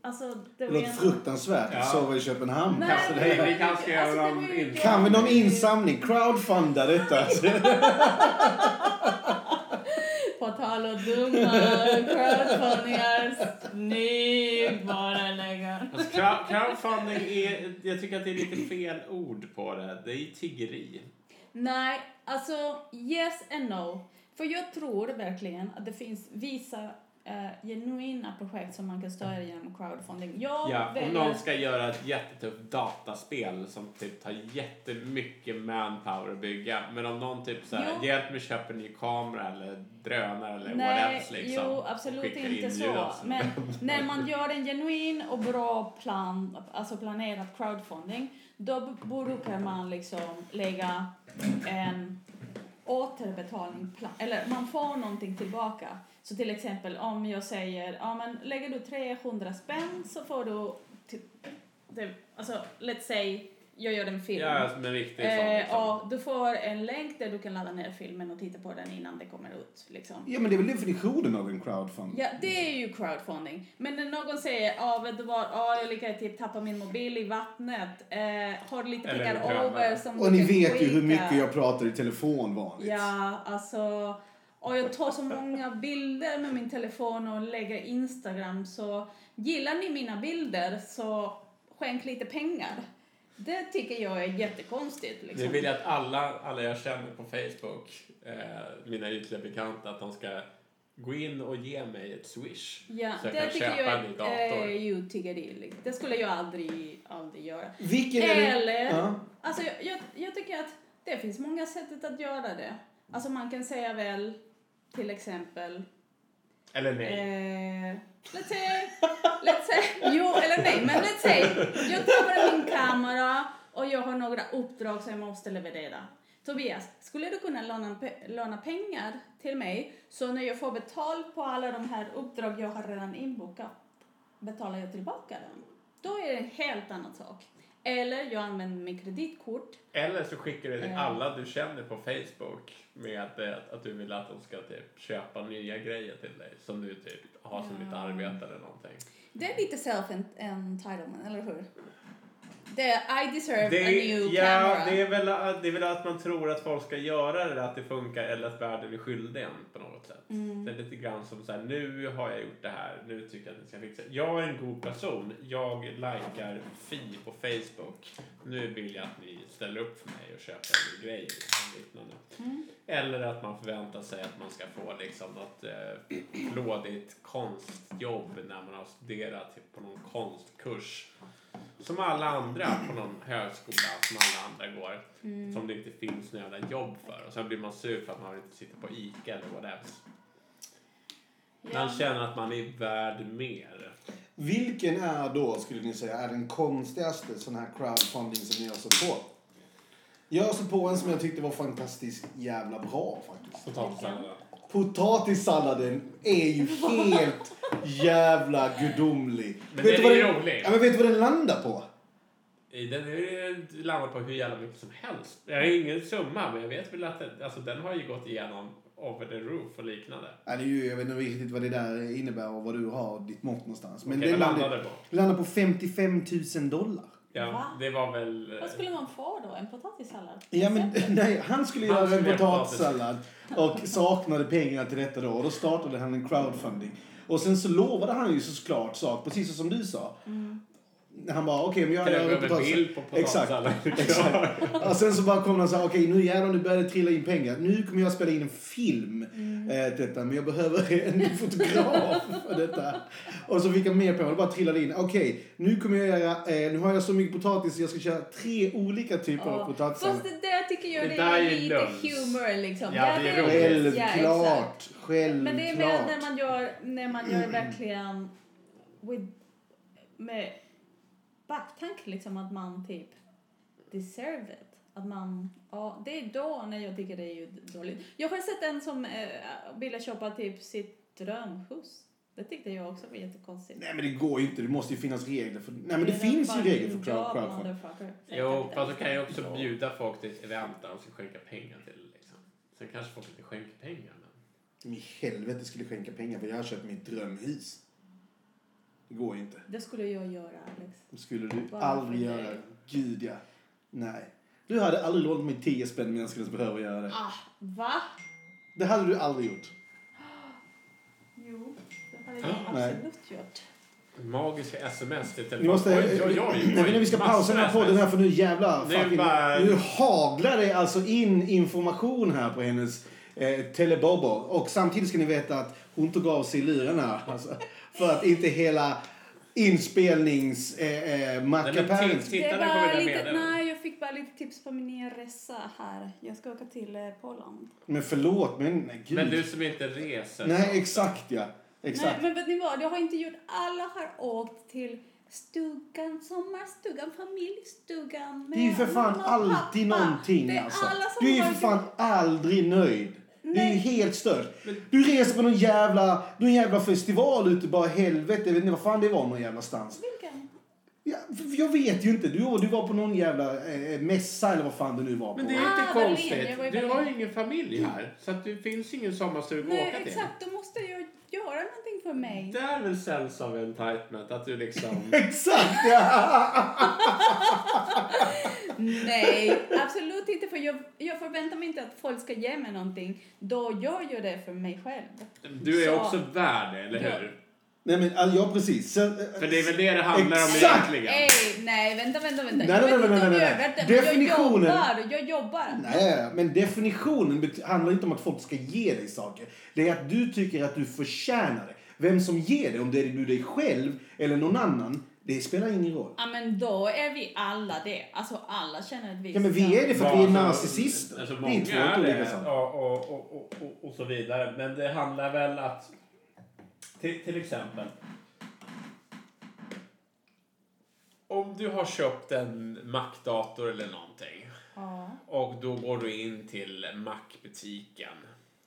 alltså... Det Det var låter ändå- fruktansvärt Ja. att sova i Köpenhamn. Nej, Alltså, men det det var vi ju- kanske ska göra alltså, det någon var ju- in- Kan vi någon insamling? Crowdfunda detta. Alltså. På tal om dumma crowdfundingar, snygg bara lägga. Alltså, crow- crowdfunding är, jag tycker att det är lite fel ord på det. Det är ju tiggeri. Nej, alltså yes and no. För jag tror verkligen att det finns vissa eh, genuina projekt som man kan stödja genom crowdfunding. Jag Ja, om väljer... någon ska göra ett jättetufft dataspel som typ tar jättemycket manpower att bygga. Men om någon typ såhär, Jo. hjälp mig köpa en ny kamera eller drönare eller Nej, whatever liksom. jo, absolut Skickar inte så. inbjudan. Men när man gör en genuin och bra plan, alltså planerad crowdfunding, då b- brukar man liksom lägga en återbetalning, eller man får någonting tillbaka. Så till exempel om jag säger, ja men lägger du 300 spänn så får du, typ, det, alltså let's say, jag gör en film. Ja, alltså, som en riktig sån Eh, liksom. ja, du får en länk där du kan ladda ner filmen och titta på den innan det kommer ut. Liksom. Ja, men det är väl definitionen av en crowdfund. Ja, det är ju crowdfunding. Men när någon säger ja, vet du vad, ja, jag lyckades typ tappa min mobil i vattnet, eh, har lite Eller pengar drönare. över som Och du ni kan vet ju hur skicka." mycket jag pratar i telefon vanligt. Ja, alltså. Och jag tar så många bilder med min telefon och lägger Instagram så gillar ni mina bilder så skänk lite pengar. Det tycker jag är jättekonstigt. Nu Liksom. vill jag att alla, alla jag känner på Facebook, eh, mina ytliga bekanta, att de ska gå in och ge mig ett swish. Ja, Så jag det kan tycker köpa jag en ny är dator. eh, ju tiggeri. liksom. Det skulle jag aldrig, aldrig göra. Vilken är det? Eller, Ja. alltså jag, jag, jag tycker att det finns många sättet att göra det. Alltså man kan säga väl, till exempel, Eller nej. eh, let's say, let's say, jo eller nej, men let's say, jag tar med min kamera och jag har några uppdrag som jag måste leverera. Tobias, skulle du kunna låna, pe- låna pengar till mig så när jag får betalt på alla de här uppdrag jag har redan inbokat betalar jag tillbaka dem? Då är det en helt annan sak. Eller jag använder mitt kreditkort Eller så skickar du till Eh. alla du känner på Facebook med att, eh, att du vill att de ska typ köpa nya grejer till dig som du typ har som ditt arbete eller någonting. Det är lite self-entitlement, eller hur? Det är I deserve Det a new är, ja, camera. det är, väl, det är väl att man tror att folk ska göra det, där, att det funkar eller att världen är skyldig en på något sätt. Mm. Det är lite grann som så här, nu har jag gjort det här, nu tycker jag att ni ska fixa det. Jag är en god person, jag likar Fi på Facebook. Nu vill jag att ni ställer upp för mig och köper en ny grej. Liksom, liknande. Eller att man förväntar sig att man ska få liksom, något eh, flådigt konstjobb när man har studerat typ på någon konstkurs. Som alla andra på någon högskola som alla andra går. Som det inte finns några jävla jobb för. Och sen blir man sur för att man vill inte sitta på ICA eller vad det är. Man känner att man är värd mer. Vilken är då, skulle ni säga, är den konstigaste sån här crowdfunding som ni har stött på? Jag har stött på en som jag tyckte var fantastiskt jävla bra faktiskt. Potatissalladen. Potatissalladen är ju helt jävla gudomlig. Men vet den du vad är rolig. Ja, men vet du vad den landar på? I Den är ju landar på hur jävla mycket som helst. Jag har ingen summa men jag vet väl att den, alltså, den har ju gått igenom over the roof och liknande. Ja, det är ju, jag vet inte riktigt vad det där innebär och vad du har ditt mått någonstans. Men Okej, den vad landade landar, det på? landar på 55 000 dollar. Ja, Va? det var väl... Vad skulle man få då? En potatissallad? Ja, men, nej, han skulle Han göra en skulle göra potatissallad och saknade pengar till detta då. Och då startade han en crowdfunding. Och sen så lovade han ju såklart sak, precis som du sa. Han bara, okej, men jag Mm. Kan jag gör gå en över potatissallad. bild på Exakt. potatissalladen? Exakt. Och sen så bara kom han så här, okej nu jävlar nu börjar det trilla in pengar. Nu kommer jag spela in en film Mm. eh, till detta, men jag behöver en fotograf för detta. Och så fick han mer pengar, det bara trillade in. Okej, nu kommer jag göra, eh, nu har jag så mycket potatis så jag ska köra tre olika typer av Ja. potatissallad. Fast det där tycker jag Det det där är är lite lös. humor liksom. Ja, det är roligt. roligt. Ja, exakt. Självklart, självklart. Men det är mer när man gör, när man gör verkligen with, med baktanke liksom att man typ deserve it. Att man, ja, det är då när jag tycker det är ju dåligt. Jag har sett en som eh, ville köpa typ sitt drömhus. Det tyckte jag också var jättekonstigt. Nej men det går ju inte, det måste ju finnas regler för... Nej men det, är finns ju fucking regler för crowd- job, crowdfunding. motherfucker. Jo, fast då Säkert. kan jag också bjuda folk till ett event där de ska skänka pengar till. det, Liksom. Sen kanske folk inte skänker pengar. Men... Som i helvete skulle skänka pengar för jag har köpt mitt drömhus. Det går ju inte. Det skulle jag göra, Alex. Det skulle du Bara aldrig för dig. göra. Gud ja. Nej. Du hade aldrig lånat mig 10 spänn men jag skulle ens behöva göra det. Ah, va? Det hade du aldrig gjort. Jo, det hade jag Nej. absolut gjort. Magiska sms till Ni telefonen. måste... Oj, oj, oj, Jag vet inte, vi ska massor pausa den här sms. podden här för nu jävlar. Nu fucking, bara- nu haglar det alltså in information här på hennes eh, telebobo. Och samtidigt ska ni veta att hon tog av sig lurarna. Alltså, för att inte hela inspelnings... Eh, eh, Nej, men mackapären... titt- Det Tittarna kommer var väl lite, med det? nej, jag fick bara lite tips på min nya resa här. Jag ska åka till eh, Polen. Men förlåt, men nej, gud. Men du som inte reser. Nej, exakt ja. Nej, Exakt. men vet ni vad? Jag har inte gjort... Alla har åkt till stugan, sommarstugan, familjestugan. Det är ju för fan mamma och alltid pappa. någonting det är alltså. Alla som Du är ju har för fan gjort- aldrig nöjd. Du är ju Nej. helt störd. Du reser på någon jävla, någon jävla festival ute bara helvete. Jag vet inte vad fan det var någon jävla stans. Vilken? Ja, för jag vet ju inte. Du, du var på någon jävla eh, mässa eller vad fan det nu var på. Men det är ju Ah, inte Berlin. konstigt. Jag var i Du Berlin. har ju ingen familj här. Så att det finns ingen sommarstuga att Nej, åka till. exakt. Då måste jag göra någonting för mig. Det är väl sense of entitlement att du liksom... Exakt! Ja. Nej, absolut inte. För jag, jag förväntar mig inte att folk ska ge mig någonting. Då gör jag det för mig själv. Du är Så- också värd det, eller Ja. hur? Nej men alltså, ja precis. Så, För det är väl det det handlar Exakt! om egentligen. Ey, nej, vänta, vänta, vänta. Nej, nej, jag vet nej, inte om nej, jag nej, nej. överdriver, men Definitionen- Jag jobbar, jag jobbar. Nej, men definitionen bet- handlar inte om att folk ska ge dig saker. Det är att du tycker att du förtjänar det. Vem som ger det, om det är du dig själv eller någon annan, det spelar ingen roll. Ja, men då är vi alla det. Alltså, alla känner ett visst Ja, men vi är det för att vi är Alltså, narcissister. Alltså, det är många två helt är olika det saker. och, och, och, och, och, och så vidare. Men det handlar väl att... Till, till exempel. Om du har köpt en Mac-dator eller någonting. Ja. Och då går du in till Mac-butiken.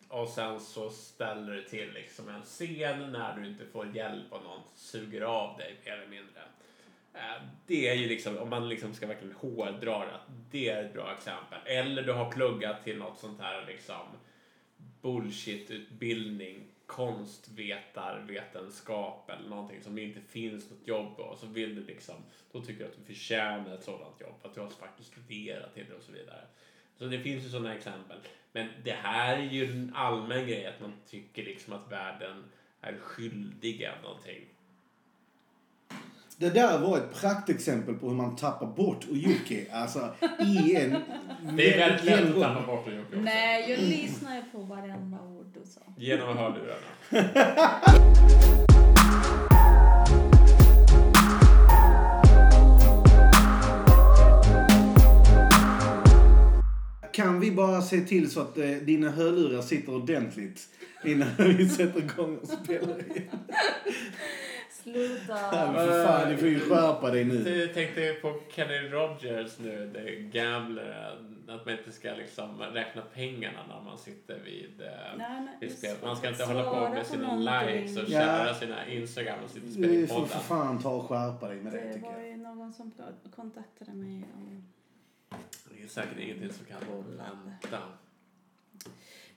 Och sen så ställer du till liksom en scen när du inte får hjälp och någon suger av dig mer eller mindre. Eh, Det är ju liksom, om man liksom ska verkligen hårdra det, att det är ett bra exempel. Eller du har pluggat till något sånt här liksom bullshit-utbildning, konstvetarvetenskap eller någonting som det inte finns något jobb på. Så vill du liksom, då tycker du att du förtjänar ett sådant jobb, att du har faktiskt studerat till det och så vidare. Så det finns ju sådana exempel. Men det här är ju en allmän grej, att man tycker liksom att världen är skyldig av någonting. Det där var ett praktexempel på hur man tappar bort Ujuki. Alltså, i en... Det är väldigt lätt att genomgång. tappa bort det också. Nej, jag lyssnar ju på varenda ord du sa. Genom hörlurarna. Kan vi bara se till så att eh, dina hörlurar sitter ordentligt innan vi sätter igång och spelar igen? Sluta. Ja, men för fan, du får ju skärpa dig nu. Jag tänkte på Kenny Rogers nu, the gambler, att man inte ska liksom räkna pengarna när man sitter vid, eh, Nej, men vid spel. svara- Man ska inte hålla på svara med sina någonting. likes och Ja. köra sina Instagram och sitt Du får för spelpodden. fan ta och skärpa dig med det, Det tycker var jag. ju någon som kontaktade mig om... Det är säkert ingenting som kan vänta.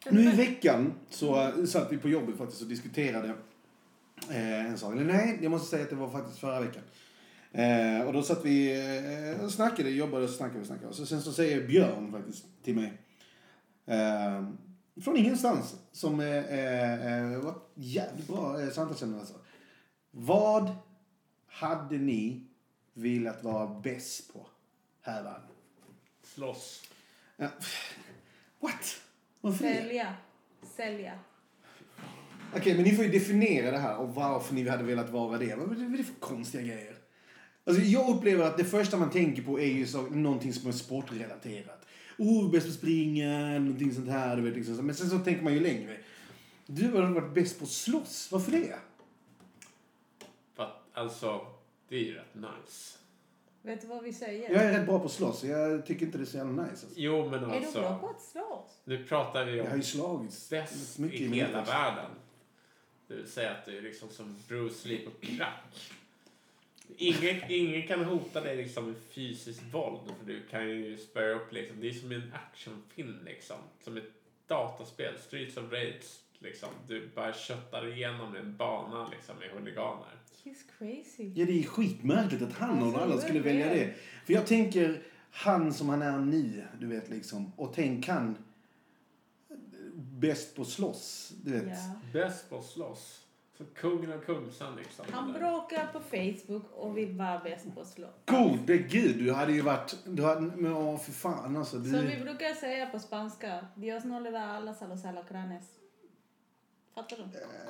Nu i veckan så eh, satt vi på jobbet faktiskt och diskuterade eh, en sak. Eller nej, jag måste säga att det var faktiskt förra veckan. Eh, och då satt vi eh, och snackade, jobbade och snackade och snackade. Så sen så säger Björn faktiskt till mig. Eh, från ingenstans. Som eh, eh, eh, var ett jävligt bra eh, samtalsämne alltså. Vad hade ni velat vara bäst på här i världen? Slåss. Ja, What? Varför det? Sälja. Sälja. Okej, men ni får ju definiera det här och varför ni hade velat vara det. Vad vad är det för konstiga grejer? Alltså, jag upplever att det första man tänker på är ju så, någonting som är sportrelaterat. Oh, bäst på springa, någonting sånt här. Du vet, liksom. så. Men sen så tänker man ju längre. Du har varit bäst på att slåss. Varför det? För att, alltså, det är ju rätt nice. Vet du vad vi säger? Jag är rätt bra på att slåss. Jag tycker inte det är så jävla nice. Alltså. Jo, men Är du bra alltså. på att slåss? Nu pratar vi Jag har ju om slagits stress rätt mycket i i min hela uppväxt. världen. Det vill säga att du är liksom som Bruce Lee på crack. Ingen, ingen kan hota dig liksom med fysiskt våld. För du kan ju spöa upp liksom. Det är som en actionfilm liksom. Som ett dataspel. Streets of Rage. Liksom. Du bara köttar igenom en bana liksom med huliganer. He's crazy. Ja, det är skitmärkligt att han av Alltså, alla det skulle är välja det. det. För jag tänker han som han är nu, du vet liksom. Och tänk han bäst på slåss, du vet. Ja. Bäst på att slåss. Så kungen och kungsan liksom. Han bråkar på Facebook och vill vara bäst på att slå. Gode gud, du hade ju varit... Du hade, men åh, för fan alltså. Du, Som vi brukar säga på spanska. Dios no le da alas a los alacranes. Fattar du?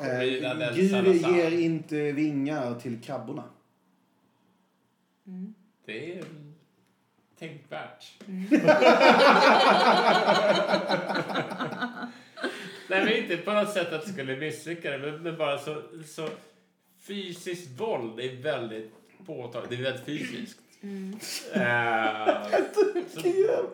Eh. Corrida del Gud Salazar. ger inte vingar till krabborna. Det är mm, tänkvärt. Nej, men inte på något sätt att det skulle misslyckas, men, men bara så, så fysiskt våld är väldigt påtagligt. Det är väldigt fysiskt. Mm. Eh, så,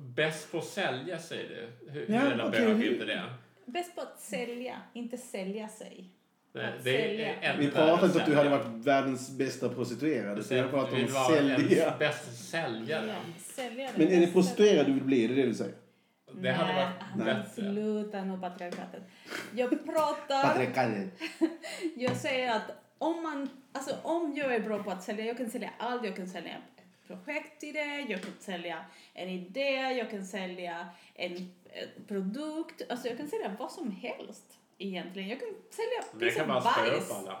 bäst på att sälja, säger du. Hur, Ja, hur jävla okej, bög är hur- inte det? Bäst på att sälja, inte sälja sig. Nej, Att det sälja. är ännu Vi värre pratade inte att du hade sälja. varit världens bästa prostituerade. Så jag pratade om Vill vara att sälja. en Bästa säljare. Ja, sälja Men är det bästa. prostituerad du vill bli? Är det det du säger? Det hade Nej, varit han bättre. Sluta nu patriarkatet. Jag pratar, Patriarkatet. jag säger att om man, alltså om jag är bra på att sälja, jag kan sälja allt, jag kan sälja ett projekt i det, jag kan sälja en idé, jag kan sälja en eh, produkt, alltså jag kan sälja vad som helst egentligen. Jag kan sälja Det piece kan of bara spöa bajs. upp alla.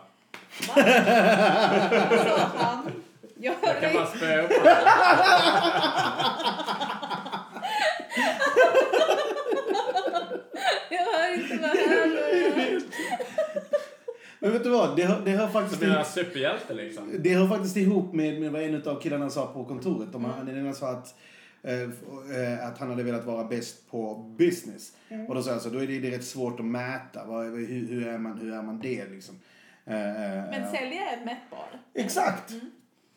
Va? Vad sa han? Jag Jag kan bara hörde spöa upp honom. jag hör inte vad han hör. Men vet du vad? Det hör, det hör faktiskt... Som en superhjälte liksom. Det hör faktiskt ihop med, med vad en av killarna sa på kontoret. De, mm. Den ena sa att, eh, f- eh, att han hade velat vara bäst på business. Och då sa jag så, då är det, det är rätt svårt att mäta. Vad, hur, hur, är man, hur är man det liksom? Eh, eh, Men eh. sälja är mätbar. Exakt!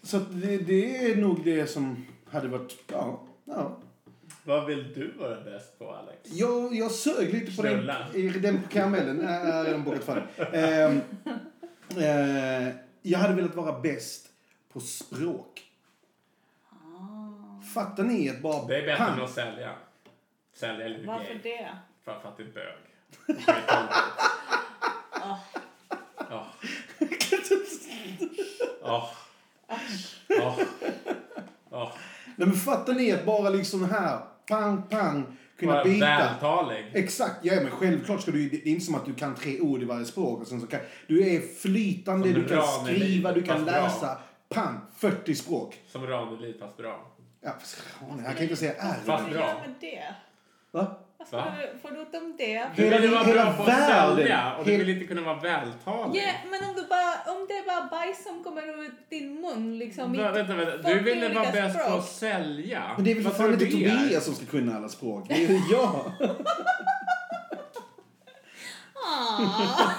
Så att det, det är nog det som hade varit, ja. ja. Vad vill du vara bäst på Alex? Jag, jag sög lite på den, Knulla. i den karamellen. Äh, Nej, jag har redan bockat för den. Eh, Ehm, eh, jag hade velat vara bäst på språk. Fattar ni att bara... Det är bättre pang. än att sälja. Sälja eller bli Varför gay. det? För att det är bög. Det är tråkigt. Ah. Ja. Ja. Ja. Ja. Nej, men fattar ni att bara liksom här, pang, pang, kunna Vara byta. vältalig. Exakt, ja men självklart ska du, det är inte som att du kan tre ord i varje språk. Och sen så kan, du är flytande, Som du kan ramen i skriva, du kan fast bra. läsa. Pang, 40 språk. Som Ranelid fast bra. Ja, fast, han kan inte säga Fast R. Vad bra. gör med det? Va? Vad Va? ska du- Förutom det? Du Hela- vill ju vara hela bra på att världen. sälja och du Hel- vill inte kunna vara vältalig. Ja, men om, du bara, om det är bara bajs som kommer ut din mun liksom. i- Vä- Vänta, vänta. Du 40 ville vara olika bäst på språk. att sälja. Men det är väl för Vad fan tror inte du det är? Tobias som ska kunna alla språk. Det är ju jag. Ah.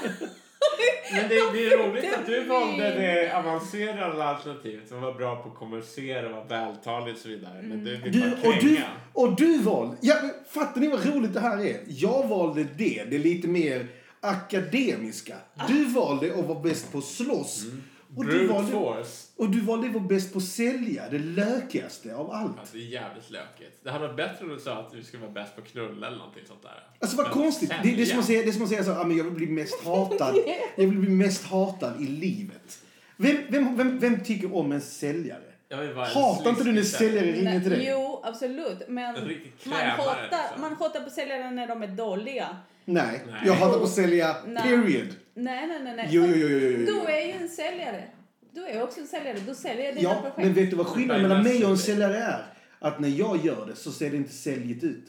Men det, det är roligt att du valde det avancerade alternativet som var bra på att konversera, vara vältalig och så vidare. Men du vill Du, bara och, du, kränga. och du valde... Ja, men fattar ni vad roligt det här är? Jag valde det, det är lite mer akademiska. Du valde att vara bäst på att slåss. Och du, Mm. Brute valde, force. och du valde att vara bäst på att sälja, det lökigaste av Ja, allt. det är jävligt lökigt. Det hade varit bättre om du sa att du skulle vara bäst på att knulla eller någonting sånt där. Alltså vad Men konstigt. Det, det, är som sälja. att säga, det är som att säga så, ah, men jag vill bli mest hatad. Jag vill bli mest hatad i livet. Vem, vem, vem, vem tycker om en säljare? Jag vill vara en Hatar inte du när sliskig säljare. säljare ringer till dig? Jo, absolut. Men En riktig man krämare, hatar, liksom. man hatar på säljare när de är dåliga. Nej, Nej. jag hatar på att sälja Nej. period. Nej, nej, nej. nej. Jo, jo, jo, jo, jo, jo. Du är ju en säljare. Du är också en säljare. Du säljer dina Ja, men projekt. Men, vet du vad skillnaden mellan mig och en säljare är? Att när jag gör det så ser det inte säljigt ut.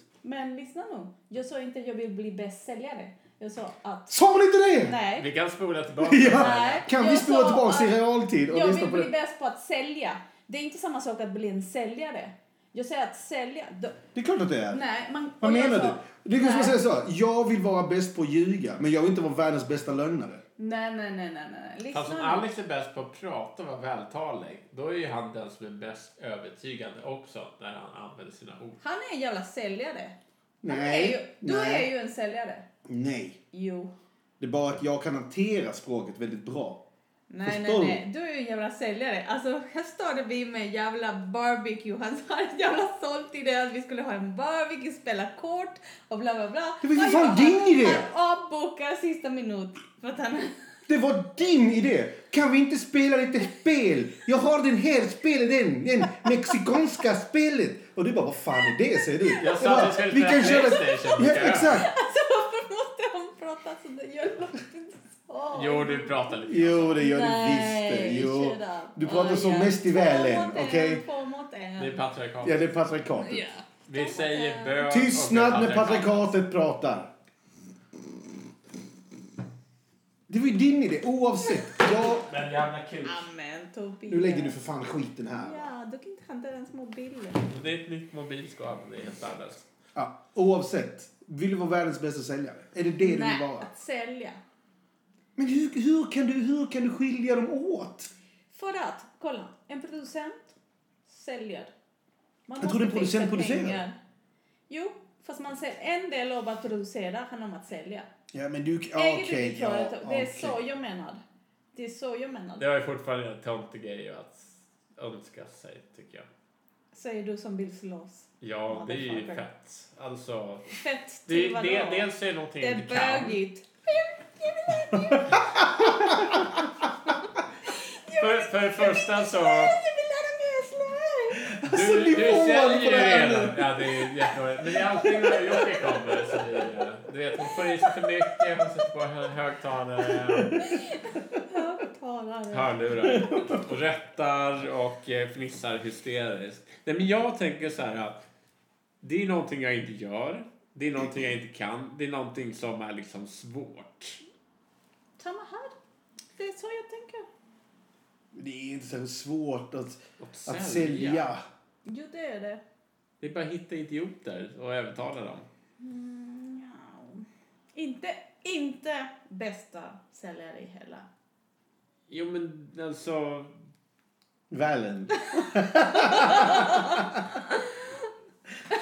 lyssna nu. Jag sa inte att jag vill bli bäst säljare. Jag sa att... Sa hon inte det? Nej. Vi kan spola tillbaka. Ja. Nej. Kan vi Jag spola sa tillbaka i att realtid och Jag lyssna vill på bli det? bäst på att sälja. Det är inte samma sak att bli en säljare. Jag säger att sälja... Då, Det är klart att det är. nej, man, Vad och jag menar sa- du? Det är kanske Nej. som att säga så. Jag vill vara bäst på att ljuga, men jag vill inte vara världens bästa lögnare. Nej, nej, nej, nej, nej. Lyssna Fast om nu. Alex är bäst på att prata och vara vältalig, då är ju han den som är bäst övertygande också när han använder sina ord. Han är en jävla säljare. Han Nej. Är ju, du Nej. är ju en säljare. Nej. Jo. Det är bara att jag kan hantera språket väldigt bra. Nej, Förstår nej, du? nej. Du är ju en jävla säljare. Alltså, här står det vi med jävla barbecue. Han har ett jävla sålt i det att vi skulle ha en barbecue, spela kort och bla bla bla. Det var ju Och fan jag- din idé! Han avbokar sista minut. För att han... Det var din idé! Kan vi inte spela lite spel? Jag har den här spelen, den mexikanska spelet. Och du bara, vad fan är det, säger du. Jag sa bara, att vi skulle spela Playstation. Ja, exakt. Alltså, varför måste han prata så där jävla... Oh. Jo, du pratar lite. Jo, det gör du visst. Nej, det. Jo. shut up. Du pratar Ah, som ja. mest i Två världen, mot en, okej? Två mot en. Det är patriarkat. Ja, det är patriarkatet. Ja. Vi säger bög och Tystnad när patriarkat. patriarkatet pratar. Det var ju din idé, oavsett. Jag... Men jävla kul. Amen, Tobias. Nu lägger du för fan skiten här. Ja, du kan inte hantera ens mobilen. Det är ett nytt mobilskap. Det är helt värdelöst. Ja, oavsett. Vill du vara världens bästa säljare? Är det det du vill Nej, vara? att sälja. Men hur, hur, kan du, hur kan du skilja dem åt? För att, kolla, en producent säljer. Man Jag trodde en måste fixa producent producerar. pengar. Jo, fast man ser en del av att producera handlar om att sälja. Ja, men du... ja, Äger Okej, du ditt ja, företag? det är okej. så jag menar. Det är så jag menar. Det var ju fortfarande en tomtegrej att önska sig, tycker jag. Säger du som vill slåss. Ja, det är ju Motherfucker. fett. Alltså, Fett det, till vadå? det, dels är det någonting Det jag är inte kan. bögigt. För, för det första så... Jag vill lära mig att slå! Alltså, Du, du nivån säljer på ju det här redan. Ja, det är jättebra. Men det är alltid när Jocke kommer så det är, Du vet, hon får i sig för mycket, hon sätter på hö- högtalare. Högtalare. hörlurar. hörlurar och rättar och eh, fnissar hysteriskt. Nej, men jag tänker så här att det är någonting jag inte gör. Det är någonting jag inte kan. Det är någonting som är liksom svårt. Samma här. Det är så jag tänker. Det är inte så svårt att, Att att sälja. Jo, det är det. Det är bara att hitta idioter och övertala dem. Mm, ja. Inte, inte bästa säljare i hela. Jo, men alltså... Valen. Ja,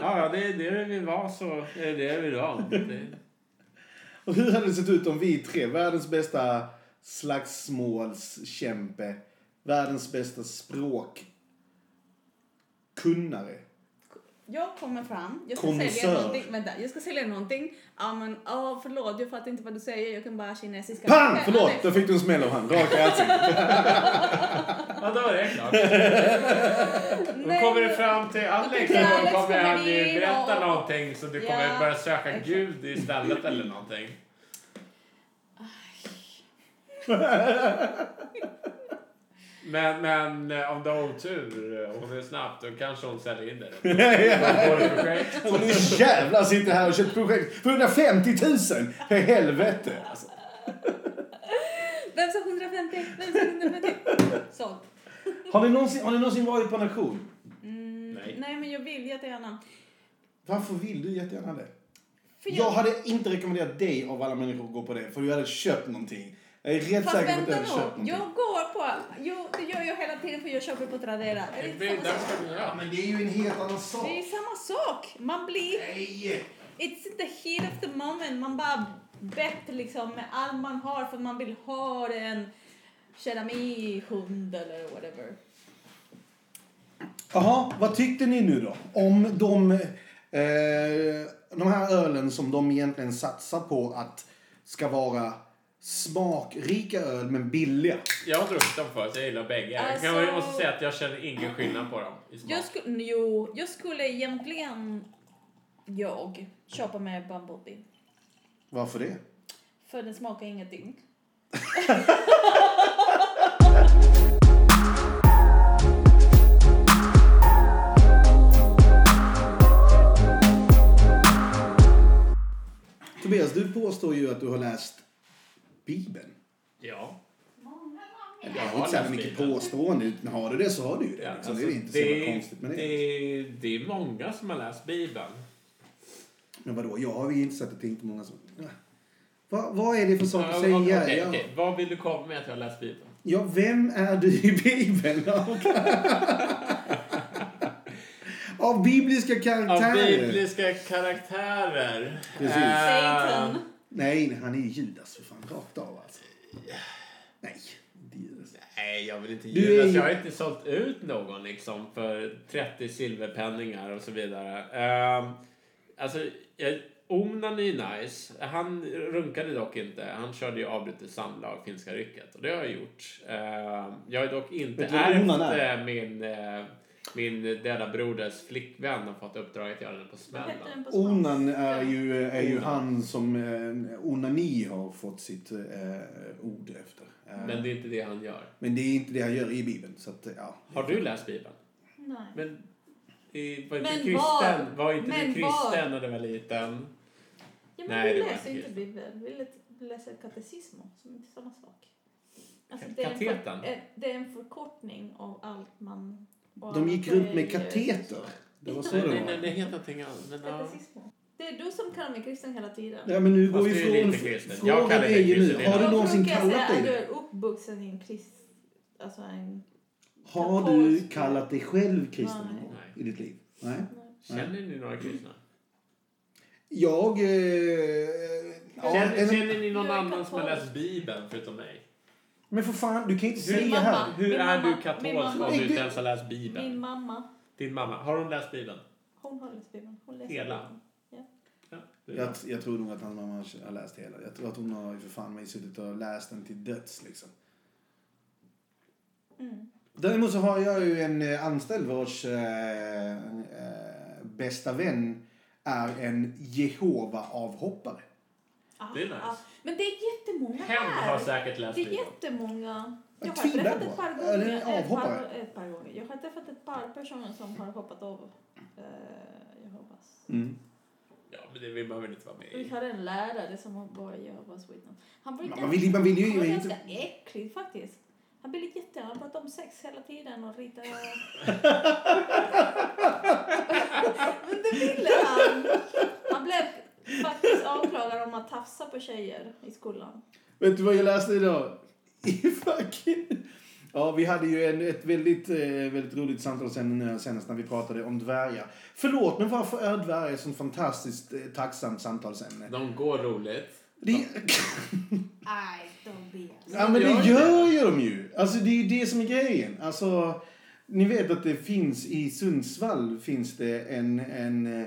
ja ja, det är det vi var så är det det vi var. Det- Och hur hade det sett ut om vi tre, världens bästa slagsmålskämpe, världens bästa språkkunnare. Jag kommer fram. Jag ska Konnässör. sälja någonting. Vänta, jag ska sälja någonting. Ja, men åh, förlåt, jag fattar inte vad du säger. Jag kan bara kinesiska. Pang! Nej, Förlåt, nej. då fick du en smäll av han. Rakt i ansiktet. Ja, då är det klart. Då Nej. kommer du fram till Alex Då och kommer då kommer Alex han kommer in ju berätta och- någonting så du kommer Ja, börja söka exakt. Gud istället eller någonting. Men, men eh, om du har otur eh, och hon är snabb då kanske hon säljer in dig. Då får du projekt. Och nu jävlar sitter här och kör ett projekt för 150 000! För helvete! Alltså. Vem sa 150? Vem sa 150? Sålt. Har, ni någonsin, har ni någonsin varit på en auktion? Mm, Nej. nej. men jag vill jättegärna. Varför vill du jättegärna det? För Jag hade inte rekommenderat dig av alla människor att gå på det, för du hade köpt någonting. Jag är rätt Fast säker på att du vänta hade köpt nu. någonting. Jag går på... Jo, det gör jag hela tiden för jag köper på Tradera. Är det, Det inte blir samma sak? dags för Ja, nya. men det är ju en helt annan sak. det är samma sak. Man blir... Nej! It's in the heat of the moment. Man bara bett liksom med allt man har för man vill ha en keramihund eller whatever. Jaha, vad tyckte ni nu då? Om de, eh, de här ölen som de egentligen satsar på att ska vara smakrika öl men billiga. Jag har druckit dem förut, jag gillar bägge. Jag, kan, jag Alltså- måste säga att jag känner ingen skillnad på dem i smak. Jag skulle, jo, jag skulle egentligen jag köpa med Bumblebee. Varför det? För den smakar ingenting. Tobias, du påstår ju att du har läst Bibeln. Ja. Det är inte så jävla mycket påstående. Men har du det så har du ju det. Ja, Liksom. alltså, det är inte så jävla konstigt med det. det, det är många som har läst Bibeln. Men vadå, jag har ju insett att det är inte många som... Ja. Va, vad är det för sak att Ja, säga? okej, okej, ja. okej. Vad vill du komma med att jag har läst Bibeln? ja, vem är du i Bibeln? Av bibliska Av karaktärer? bibliska karaktärer. Precis. Eh, Satan. Nej, nej, han är ju Judas för fan. Rakt av alltså. Nej, inte Judas. Nej, jag vill inte Du Judas. är ju- Jag har inte sålt ut någon liksom för 30 silverpenningar och så vidare. Ehm, alltså, jag- Onan är ju nice. Han runkade dock inte. Han körde ju avbrutet samlag, finska rycket. Och det har jag gjort. Ehm, jag har dock inte Vet du vad Onan ärvt är? eh, min, eh, min döda broders flickvän och fått uppdraget att göra den på Vad smällen. heter den på spanska? Onan är ju, är ju Onan. han som eh, onani har fått sitt eh, ord efter. Eh, Men det är inte det han gör. men det är inte det han gör i Bibeln. Så att, ja. Har du läst Bibeln? Nej. Men i, var inte Men kristen, var, var? inte du Men kristen när du var liten? Ja, men Nej, vi det var läser inte inte just. Bibeln. Vi lä- läser katecismo, som inte är samma sak. Alltså, Ka- det, är en för, katetern? eh, det är en förkortning av allt man... och De alla gick runt med grejer. kateter. Det var så Nej, det nej, nej, var. det heter någonting annat. Men, ja. Katecismo. Det är du som kallar mig kristen hela tiden. Ja, men nu går Fast vi det är ju från... lite kristet. Jag Frågan kallar det är ju nu, kristet idag. har du Då någonsin brukar jag kallat säga dig att det? Du är uppvuxen i en krist... Alltså en... Har du katolsk- kallat dig själv kristen Nej. någon gång i ditt liv? Nej. Känner ni några kristna? Jag... Eh, ja, känner, en- känner ni någon Jag är annan som har katolsk. läst Bibeln förutom mig? Men för fan, du kan inte Min säga mamma. här. Hur Min är mamma. du Min katolsk mamma. om du inte Nej, ens har läst Min Bibeln? mamma, Din mamma, har hon läst Bibeln? hon har läst Bibeln. Hon läser Hela? Bibeln. Ja, det är Jag, bra. jag tror nog att hans mamma har läst hela. Jag tror att hon har ju för fan mig suttit och läst den till döds liksom. Mm. Däremot så har jag ju en eh, anställd vars eh, eh, bästa vän är en Jehova-avhoppare. Ah, Det är nice. ah. Men det är jättemånga Hen har här. säkert läst Det är bilen. jättemånga. Jag Jag har tvivlar träffat på. ett par Eller gånger. en Ett par, avhoppare. ett par gånger. Jag har träffat ett par personer som har hoppat av. Eh, jag hoppas. Mm. Ja, men det, vi behöver inte vara med Vi i. har en lärare som har bara Jehovas vittnen. Han blir Man vill, man vill ju... han Man var vill ganska inte, äcklig faktiskt. Han blev lite jätte... Han pratade om sex hela tiden och ritade... Men det ville han! Han blev faktiskt anklagad om att tafsa på tjejer i skolan. vet du vad jag läste idag? I fucking... Ja, vi hade ju en, ett väldigt, eh, väldigt roligt samtal sen, eh, senast när vi pratade om dvärgar. Förlåt, men varför är dvärgar ett sånt fantastiskt eh, tacksamt samtalsämne? De går roligt. Det, Nej, de vet. ja, men det Gör gör ju de ju! Alltså, det är ju det som är grejen. Alltså, ni vet att det finns i Sundsvall finns det en, en, eh,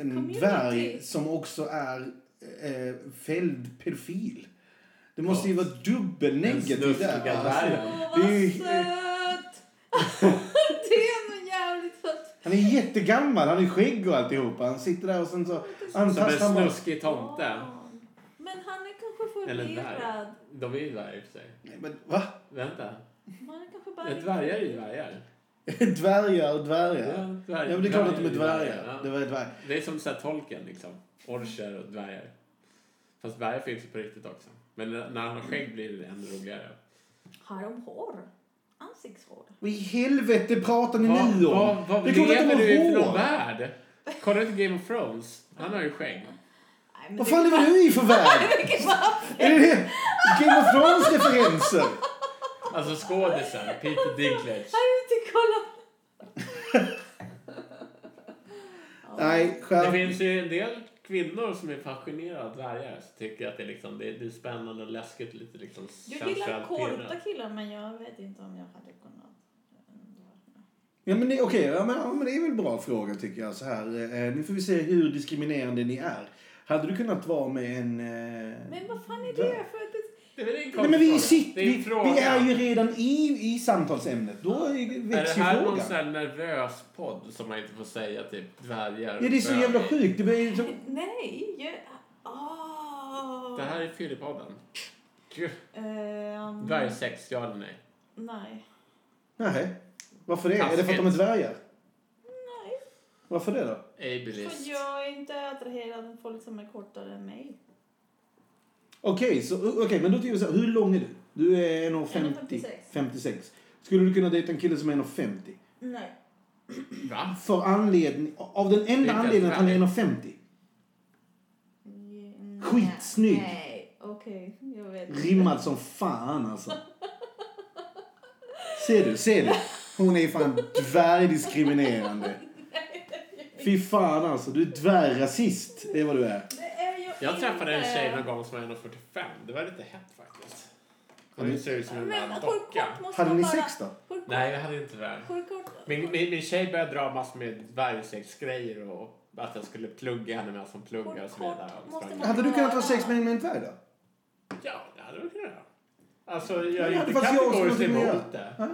en Community. dvärg som också är eh, fälld pedofil. Det måste ju vara Den dubbelnegativt snuskiga där. Alltså, dvärgen. Åh, Det vad är ju- söt! det är nog jävligt sött. Han är jättegammal, han är skägg och alltihopa. Han sitter där och sen så Som en antas han bara... snuskig tomte. Men han är kanske Eller dvärg. förvirrad. De är ju dvärgar i och för sig. Nej, men va? Vänta. Man är kanske bara... Ja, Dvärgar är ju dvärgar. Dvärgar, dvärgar. Ja, dvärgar. men det är klart att de är Ja. dvärgar. Det var dvärgar. Det är som så här tolken liksom. Orcher och dvärgar. Fast dvärgar finns ju på riktigt också. Men när han har skägg blir det ännu roligare. Har de hår? Ansiktshår? Vad i helvete pratar ni Vad nu om? va, va, det är klart att lever de du i har för någon hår! värld? Kolla inte Game of Thrones. Han har ju skägg. Nej, men Vad det- fan lever du i för värld? Vilket var- Är det det Game of Thrones-referenser? Alltså skådisen, Peter Dinklage. Har du inte kollat? Nej, Det skärp finns ju en del kvinnor som är fascinerade av dvärgar. Så tycker jag att det är, liksom, det är, det är spännande och läskigt. Lite liksom Jag gillar sensuellt pirrat. korta killar men jag vet inte om jag hade kunnat. Ja, men det, okej, ja, men, ja, men det är väl en bra fråga tycker jag. Så här, eh, nu får vi se hur diskriminerande ni är. Hade du kunnat vara med en... Eh... Men vad fan Där. är det för att det... Det är väl en Nej, men vi, konstig sitter, fråga. Det är vi, en fråga. vi är ju redan i, i samtalsämnet. Då är- Är det väcks ju här någon frågan. sån här nervös podd som man inte får säga typ dvärgar? Ja, det är så bög? jävla sjukt. Det blir ju så... Nej, jag... Ah. Åh. Det här är Fyllipodden. Gud, Ehm, Dvärgsex, ja eller nej? Nej. Nej. Varför det? Är det för att Taskigt. de är dvärgar? Nej. Varför det då? Ableist. För jag är inte attraherad av folk som är kortare än mig. Okej, så, okej, men då tycker vi så här. Hur lång är du? Du är 1,50. 1,56. 56. Skulle du kunna dejta en kille som är 1,50? Nej. Va? För anledning... Av den inte enda anledningen att han är ens 1,50. Mm, Skitsnygg. Nej, okej. Jag vet. Rimmad som fan alltså. Ser du, ser du? Hon är fan dvärgdiskriminerande. Fy fan alltså, du är dvärgrasist. Det är vad du är. Det är eh, jag Jag träffade en inte. tjej någon gång som var 1,45. Det var lite hett faktiskt. Hon ser ut som en Men jävla hur docka. kort måste Hade man ni vara? sex då? Hur kort? Nej, jag hade inte det. Hur kort? Min, min, min tjej började dra massor med dvärgsexgrejer och att jag skulle plugga henne med som pluggar och så vidare. Kort måste man- Hade du kunnat ha sex med en- med en dvärg då? Ja, det hade du kunnat göra. Alltså, Ja, jag är inte fast jag också kategoriskt någonting att emot det. Ja.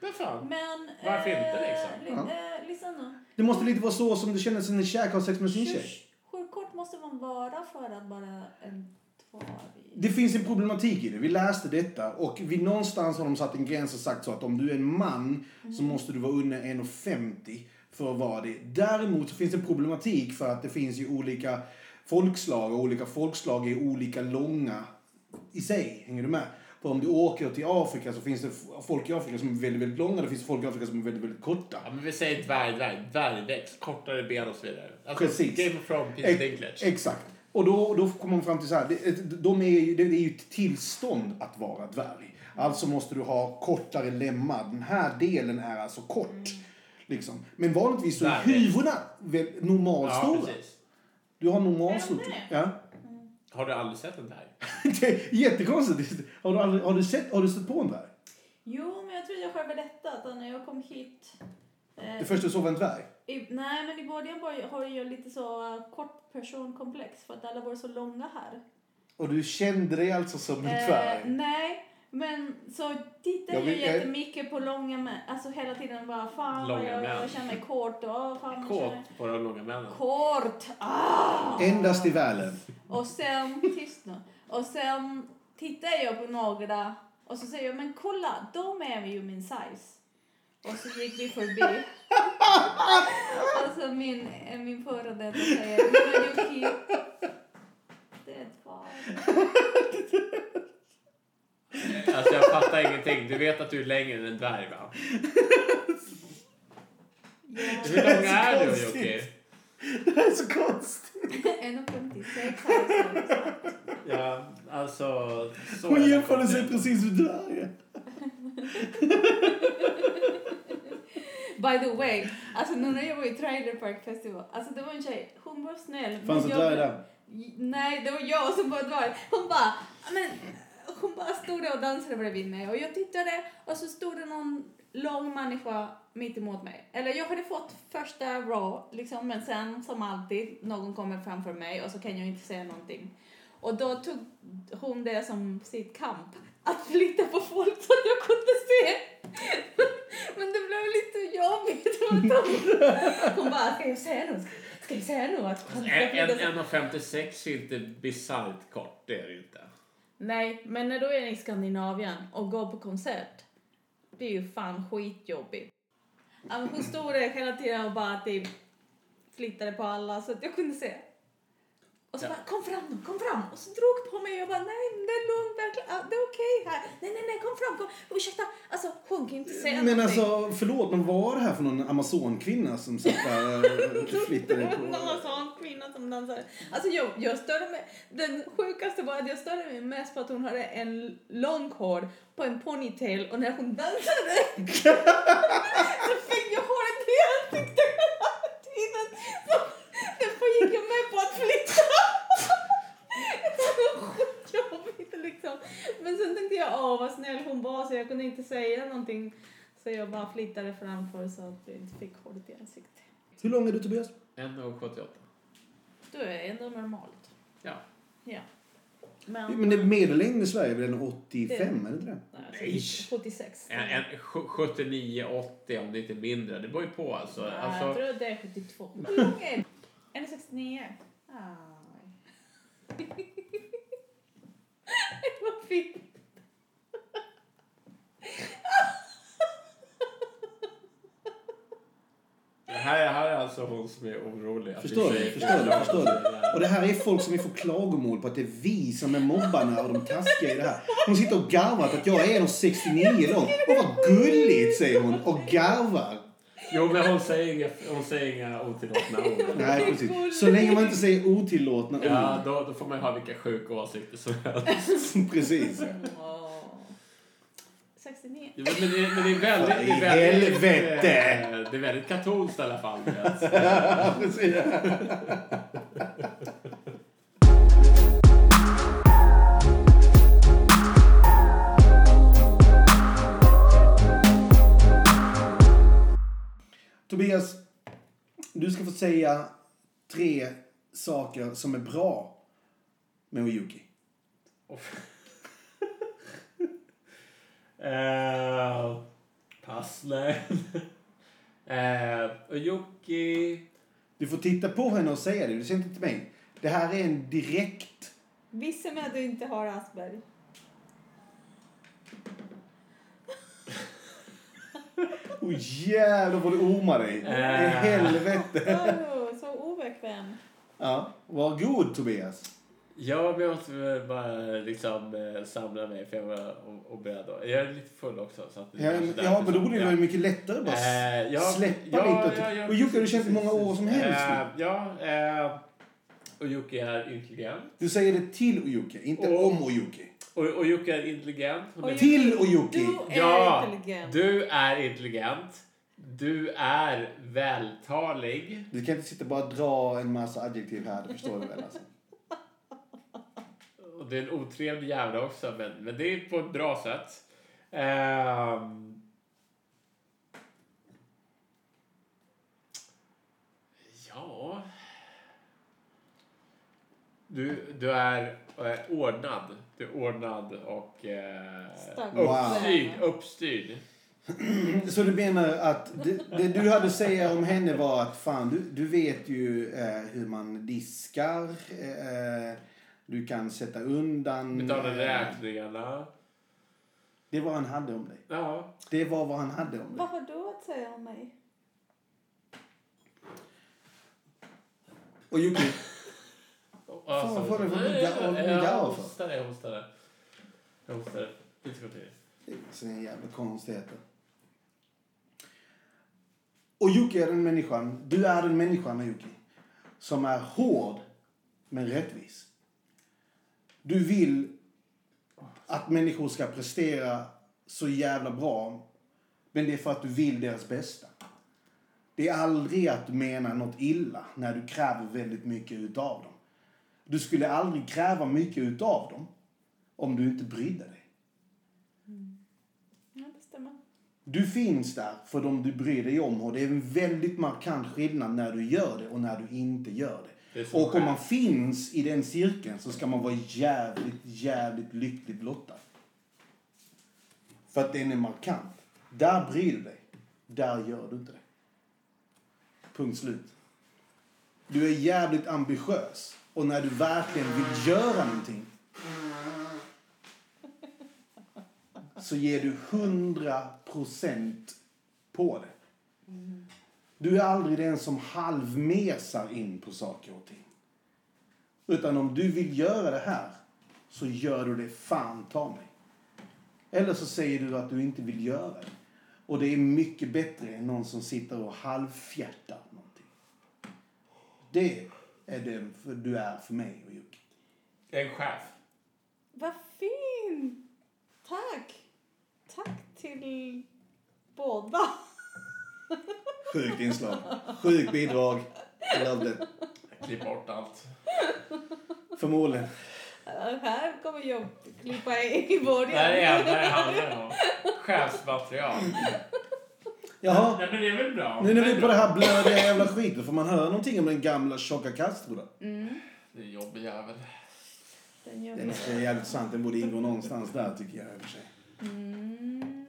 Vad fan? Men... Varför eh, inte, liksom? li- eh, lyssna nu. Det måste lite vara så som det kändes när Shaq har sex med sin tjej. Hur, hur kort måste man vara för att vara en dvärg? Det finns en problematik i det. Vi läste detta och vi någonstans har de satt en gräns och sagt så att om du är en man så måste du vara under 1,50 för att vara det. Däremot så finns det en problematik för att det finns ju olika folkslag och olika folkslag är olika långa i sig. Hänger du med? För om du åker till Afrika så finns det folk i Afrika som är väldigt, väldigt långa. Det finns folk i Afrika som är väldigt, väldigt korta. Ja, men vi säger dvärg, dvärg, dvärgväxt, kortare ben och så vidare. Alltså, Precis. Game of Thrones, Peter Dinklage. Ex- Exakt. Och då, då kommer man fram till så här, det, de är ju, det är ju ett tillstånd att vara dvärg. Alltså måste du ha kortare lemmar. Den här delen är alltså kort. Mm. Liksom. Men vanligtvis så är Dvärg. huvudena väl normalstora. Ja, precis. du har normalstor. Är de Ja. Har du aldrig sett en dvärg? Det är jättekonstigt. Har du, aldrig, har, du sett, har du sett på en dvärg? Jo, men jag tror jag har berättat att när jag kom hit... eh, Det första du såg var en dvärg. i, nej, men i början var, har jag lite så eh, kort personkomplex för att alla var så långa här. Och du kände dig alltså som en Eh, dvärg. nej, men så tittar Jag jag, vill- jag- jättemycket på långa män. Alltså hela tiden bara fan vad Långa jag, män. jag känner mig kort och ah, fan vad jag känner mig Kåt på de långa männen. kort. Ah! Endast i världen. Och sen, tystna. Och sen tittar jag på några och så säger jag, men kolla, de är ju min size. Och så gick vi förbi. och så min, eh, min före detta säger, men Yuki, det är ett barn. Alltså jag fattar ingenting. Du vet att du är längre än en dvärg va? Hur lång är du konstigt. Jocke? Det här är så konstigt. 1,56 har jag sagt. Ja, alltså... Så Hon är det jämförde sig konstigt. precis med dvärgen. By the way, alltså nu när jag var i Trailer Park Festival, alltså det var en tjej, hon var snäll. men Fanns det jag- dvärg där? Nej, det var jag som var dvärg. Hon bara, men hon bara stod där och dansade bredvid mig och jag tittade och så stod det någon lång människa mitt emot mig. Eller jag hade fått första raw liksom, men sen som alltid någon kommer framför mig och så kan jag inte säga någonting. Och då tog hon det som sitt kamp att flytta på folk så att jag kunde se. Men det blev lite jobbigt. Hon bara, ska jag säga något? Ska jag säga något? Att hon ska En- flytta en- sig?" 1,56 är inte bisarrt kort, det är det inte. Nej, men när du är i Skandinavien och går på konsert, det är ju fan skitjobbigt. Ja, men Hon stod där hela tiden och bara typ flittade på alla så att jag kunde se. Och så Ja. bara, kom fram då, kom fram! Och så drog på mig och jag bara, nej men det är lugnt, verkligen. Ja, det är okej här. Nej, nej, nej, kom fram, kom. Ursäkta, alltså hon kan ju inte säga Men någonting. alltså, förlåt, men vad var det här för någon amazonkvinna som satt där och flippade på... Någon sån kvinna som dansar. Alltså jag, jag störde mig, den sjukaste var att jag störde mig mest på att hon hade en lång hår på en ponytail och när hon dansade så fick jag håret i ansiktet hela tiden. Så därför gick jag med på att flytta. Det var skitjobbigt liksom. Men sen tänkte jag, åh vad snäll hon var så jag kunde inte säga någonting. Så jag bara flyttade framför så att jag inte fick håret i ansiktet. Hur lång är du, Tobias? 1,78. Då är det ändå normalt. Ja. Ja. Men, Men det är medellängden i Sverige är väl en 85, är det inte det? nej, Nej. alltså, 76. En- en- sj- 79,80 om det inte är mindre. Det beror ju på alltså. Nej, Jag alltså tror att det är 72. Hur lång är den? En 69. Aj. Vad fint. det här, här är alltså hon som är orolig. att vi Förstår du? säger Förstår du? fel. Förstår du? Och det här är folk som vi får klagomål på att det är vi som är mobbarna och de taskiga i det här. Hon sitter och garvar åt att jag är 1,69 lång. Och vad gulligt, säger hon och garvar. Jo, men hon säger inga, hon säger inga otillåtna ord. Nej, precis. Så länge man inte säger otillåtna Ja, ord. då, då får man ju ha vilka sjuka åsikter som helst. Precis. Åh. 69. Jo, Men det, men det är väldigt... Vad i det är väldigt, helvete? eh, Det är väldigt katolskt i alla fall. alltså. vet. Ja, precis. Tobias, du ska få säga tre saker som är bra med Oyuki. Eh, pass, nej. Eh, och Jocke... Du får titta på henne och säga det. Du säger inte till mig. Det här är en direkt... Vissa med att du inte har Asperger. Åh oh, jävlar vad du ormar dig. I helvete. Åh, så obekväm. Ja, var god Tobias. Ja, men jag måste väl bara liksom eh, samla mig för jag var o- oberedd då. Jag är lite full också. Så att det Ja, kanske men- är ja därför men då som- borde det ja. vara mycket lättare att bara s- Eh, ja, släppa ja, lite. och typ- ja, ja, och Jocke har du precis, känt i många precis. år som helst nu. Eh, Ja, eh, och Jocke är intelligent. Du säger det till Ojuki, inte Och- om Ojuki. Och, och Jocke är intelligent. Hon är- Oj. Till Ojuki! Du är ja, intelligent. du är intelligent. Du är vältalig. Du kan inte sitta och bara dra en massa adjektiv här, det förstår du väl alltså. Och det är en otrevlig jävla också, men, men det är på ett bra sätt. Ehm. ja... Du, du är eh, ordnad. Du är ordnad och eh, Stark. Wow. uppstyrd. uppstyrd. Mm. Så du menar att det, det du hade att säga om henne var att fan, du, du vet ju eh, hur man diskar. Eh, Du kan sätta undan... Betala eh, räkningarna. Det var vad han hade om dig. Ja. Det var vad han hade om dig. Vad har du att säga om mig? Och Jocke, Fan, vad fan, vad Nej, ligga- vad Alltså, ligga Jag av för? hostade, jag hostade. Jag hostade. Lite kortare. Sådana jävla konstigheter. Och Jocke är den människan, du är den människan Jocke, som är hård men rättvis. Du vill att människor ska prestera så jävla bra, men det är för att du vill deras bästa. Det är aldrig att du menar något illa när du kräver väldigt mycket utav dem. Du skulle aldrig kräva mycket utav dem om du inte brydde dig. Ja, det stämmer. Du finns där för dem du bryr dig om och det är en väldigt markant skillnad när du gör det och när du inte gör Det det. är så och om skönt. man finns i den cirkeln så ska man vara jävligt, jävligt lycklig blottad. För att den är markant. Där bryr du dig. Där gör du inte det. Punkt slut. Du är jävligt ambitiös och när du verkligen vill göra någonting så ger du 100% på det. Du är aldrig den som halvmesar in på saker och ting. Utan om du vill göra det här så gör du det fan ta mig. Eller så säger du att du inte vill göra det. Och det är mycket bättre än någon som sitter och halvfjärtar någonting. Det är det för du är för mig och Jocke. En chef. Vad fin! Tack! Tack till båda. Sjukt inslag. Sjukt bidrag. I love it. Klipp bort allt. Förmodligen. Eh, Här kommer jag klippa Det här i är början. det det handlar om. Chefsmaterial. Jaha. Nej, men det är väl bra? Nu när Det vi är är på bra. det här blödiga jävla skiten, får man höra någonting om den gamla tjocka Castro då? Det är en jobbig jävel. Den gör Den vi. är jävligt sant, den borde ingå någonstans där tycker jag i och för sig. Mm.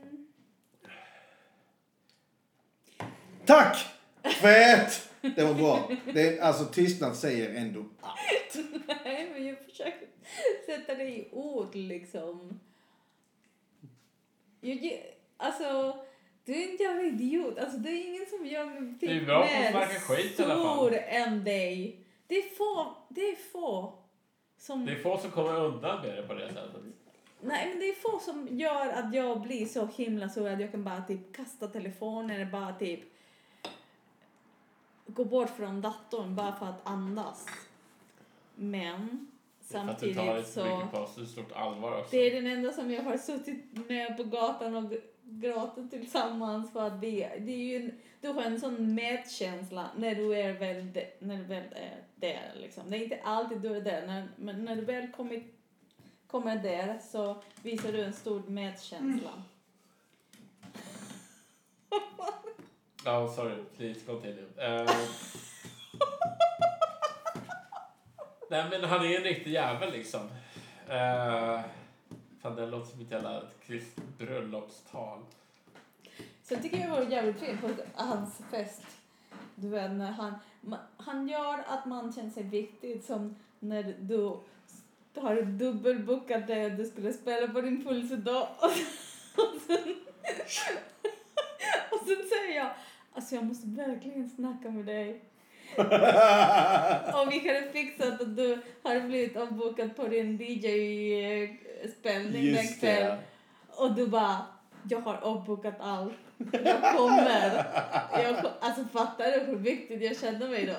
Tack! Fett! Det var bra. Det, alltså tystnad säger ändå allt. Nej, men jag försöker sätta det i ord liksom. Jag, ge- alltså, du är en jävla idiot. Alltså, det är ingen som gör mig Det är bra att snacka skit i alla fall. stor än dig. Det är få, det är få som... Det är få som kommer undan med det på det sättet. Nej, men det är få som gör att jag blir så himla så att jag kan bara typ kasta telefonen eller bara typ gå bort från datorn bara för att andas. Men Det är för att du tar det samtidigt så så mycket på så stort allvar också. det är den enda som jag har suttit med på gatan och gråtit tillsammans för att vi, det är ju en, du har en sån medkänsla när du är väl, de, när du väl är där liksom. Det är inte alltid du är där när, men när du väl kommit, kommer där så visar du en stor medkänsla. Ja, sorry. Please continue. Uh... Nej, men han är en riktig jävel liksom. Uh... Fan, det låter som ett jävla krist bröllopstal. Sen tycker jag det var jävligt fint på hans fest. Du vet, när han, ma- han gör att man känner sig viktig som när du har dubbelbokat det du skulle spela på din pulsedag och, och sen och sen säger jag alltså jag måste verkligen snacka med dig om vi hade fixat att du har blivit avbokad på din DJ-spelning den Just kväll det. och du bara, jag har avbokat allt. Jag kommer. Jag, ko- alltså fattar du hur viktigt jag kände mig då?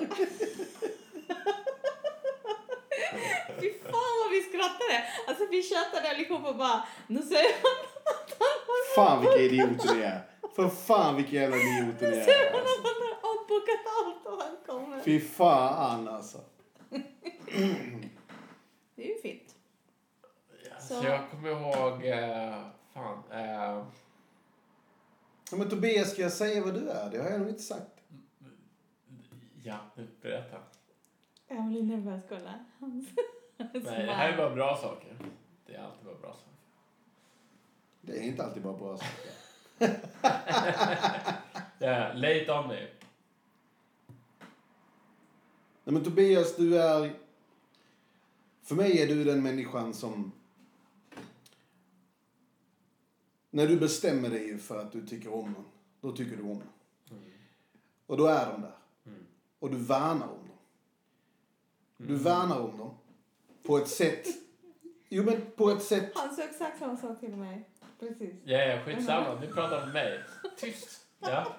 Fy fan vad vi skrattade! Alltså vi tjötade allihopa och bara, nu säger han att han har Fan vilka idioter ni är. För fan vilka jävla idioter ni säger han är. alltså. att han har avbokat allt och han kommer. Fy fan alltså. Det är ju fint. Så. Så. jag kommer ihåg... eh, fan. eh, Ja, men Tobias, ska jag säga vad du är? Det har jag nog inte sagt. ja, nu berätta. Jag blir nervös, kolla. Hans- hans Nej, det man. här är bara bra saker. Det är alltid bara bra saker. Det är inte alltid bara bra saker. Eh, late on me. Nej men Tobias, du är För mig är du den människan som... När du bestämmer dig för att du tycker om någon, då tycker du om någon. Och då är de där. Och du värnar om dem. Du värnar om dem. På ett sätt... Jo, men på ett sätt... Han sa exakt samma sak till mig. Precis. Ja, ja, skitsamma. Du pratar om mig. Tyst. Ja.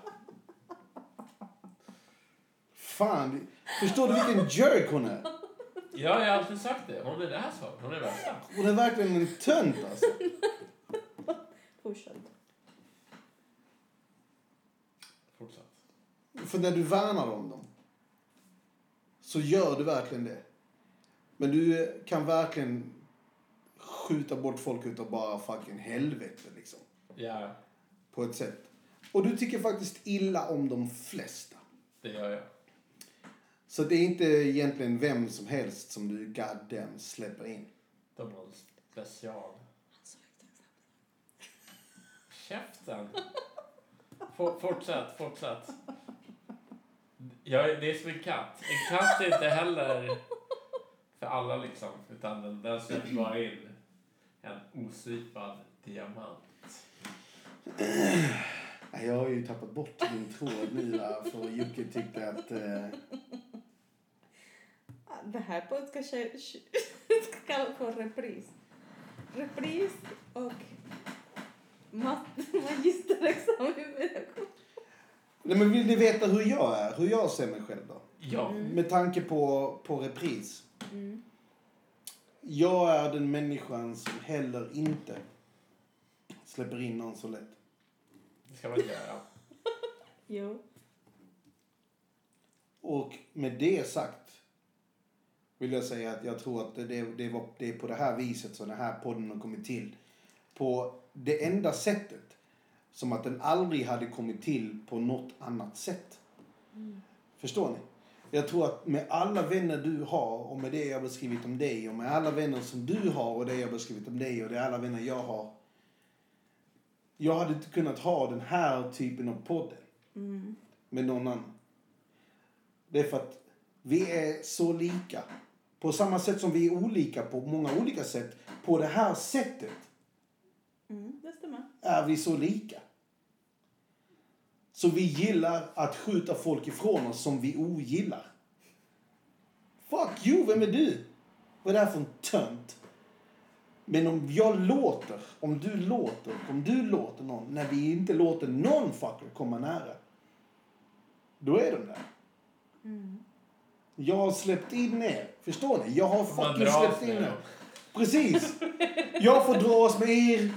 Fan, förstår du vilken jerk hon är? ja, jag har alltid sagt det. Hon är det här så. Hon är värsta. Hon är verkligen en tönt alltså. Pushad. Fortsatt. För när du värnar om dem så gör du verkligen det. Men du kan verkligen skjuta bort folk utav bara fucking helvete liksom. Ja, På ett sätt. Och du tycker faktiskt illa om de flesta. det gör jag. Så det är inte egentligen vem som helst som du goddamn släpper in. De har en special. Käften. For, fortsätt, fortsätt. Jag, det är som en katt. En katt är inte heller för alla liksom. Utan den, den släpper bara in en oslipad diamant. Nej, Jag har ju tappat bort min tråd nu där, för Jocke tyckte att... Eh, Ah, Det här podden ska kö- kö- ska få repris. Repris och ma- magisterexamen. nej men vill ni veta hur jag är? Hur jag ser mig själv då? Ja. Med tanke på, på repris. Jag är den människan som heller inte släpper in någon så lätt. Det ska man inte göra. Jo. Och med det sagt vill jag säga att jag tror att det, det, det, var, det är på det här viset som den här podden har kommit till. På det enda sättet. Som att den aldrig hade kommit till på något annat sätt. Förstår ni? Jag tror att med alla vänner du har och med det jag beskrivit om dig och med alla vänner som du har och det jag beskrivit om dig och det alla vänner jag har. Jag hade inte kunnat ha den här typen av podden med någon annan. Det är för att vi är så lika. På samma sätt som vi är olika på många olika sätt, på det här sättet Mm, det stämmer. är vi så lika. Så vi gillar att skjuta folk ifrån oss som vi ogillar. Fuck you, vem är du? Vad är det här för en tönt? Men om jag låter, om du låter, om du låter någon, när vi inte låter någon fucker komma nära, då är de där. Jag har släppt in er, förstår ni? Jag har Man fucking dras släppt in med er. dem. Precis. Jag får dras med er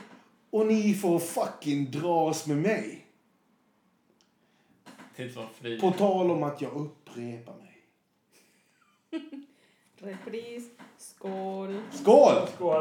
och ni får fucking dras med mig. Tills man flyr. På tal om att jag upprepar mig. Repris. Skål. Skål! Skål.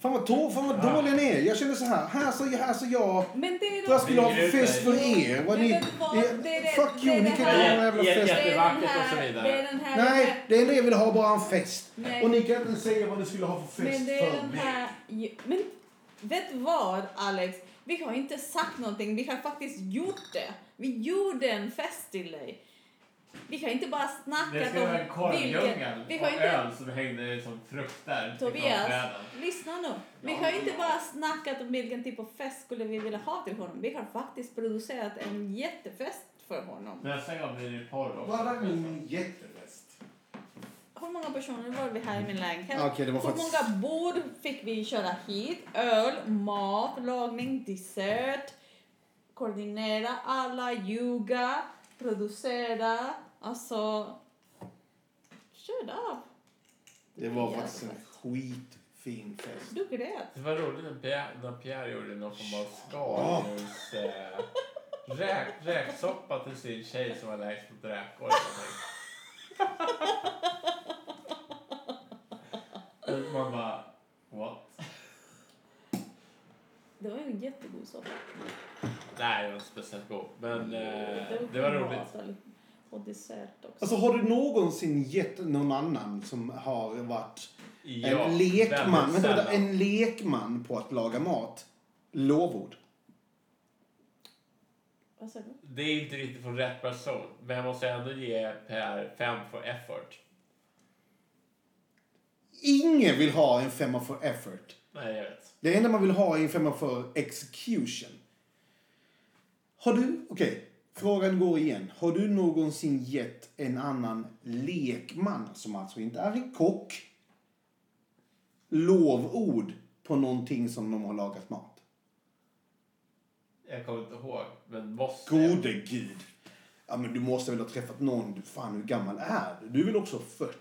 Fan vad, tå, fan vad dålig ni är. Jag känner så här. Här så, här så jag. Men det Jag är de... skulle ha fest för er. Vad ni, Men vad- det är det- fuck det you, är ni det kan Ja, inte ha här- någon jävla jä- fest. Jättevackert och så det är vidare. den här... Nej, det enda jag vill ha är bara en fest. Nej. Och ni kan inte säga vad ni skulle ha för fest Men det är för den mig. här... ju- Men vet vad, Alex? Vi har inte sagt någonting. Vi har faktiskt gjort det. Vi gjorde en fest till dig. Vi har inte bara Det snackat ska vara en om korvdjungel Vi och har inte... öl som hängde som frukter i Tobias, korvträden. lyssna nu. Vi har inte bara snackat om vilken typ av fest skulle vi vilja ha till honom. Vi har faktiskt producerat en jättefest för honom. Nästa gång blir det porr också. Vad är min jättefest? Hur många personer var vi här i min lägenhet? Okej, det var Hur faktiskt... många bord fick vi köra hit? Öl, mat, lagning, dessert. Koordinera alla, ljuga, producera. Alltså... Shut up! Det var faktiskt en skitfin fest. Du grät. Det var roligt när Pierre, när Pierre gjorde någon form av Ah. skaldjurs... Eh, räk, räksoppa till sin tjej som var allergisk mot räkor. eller någonting. Och Man bara, what? Det var ju en jättegod Eh, soppa. Nej, det var inte speciellt god. Men eh, Mm. det var roligt. Och dessert också. Alltså har du någonsin gett någon annan som har varit Ja, en lekman, väldigt vänta, vänta, sällan. en lekman på att laga mat lovord? Vad sa du? Det är inte riktigt från rätt person, men jag måste ändå ge Per fem för effort. Ingen vill ha en femma för effort. Nej, jag vet. Det enda man vill ha är en femma för execution. Har du, okej, frågan går igen. Har du någonsin gett en annan lekman, som alltså inte är en kock, lovord på någonting som de har lagat mat? Jag kommer inte ihåg, men måste. Gode gud! Ja, men du måste väl ha träffat någon, du- fan hur gammal är du? Du är väl också 40?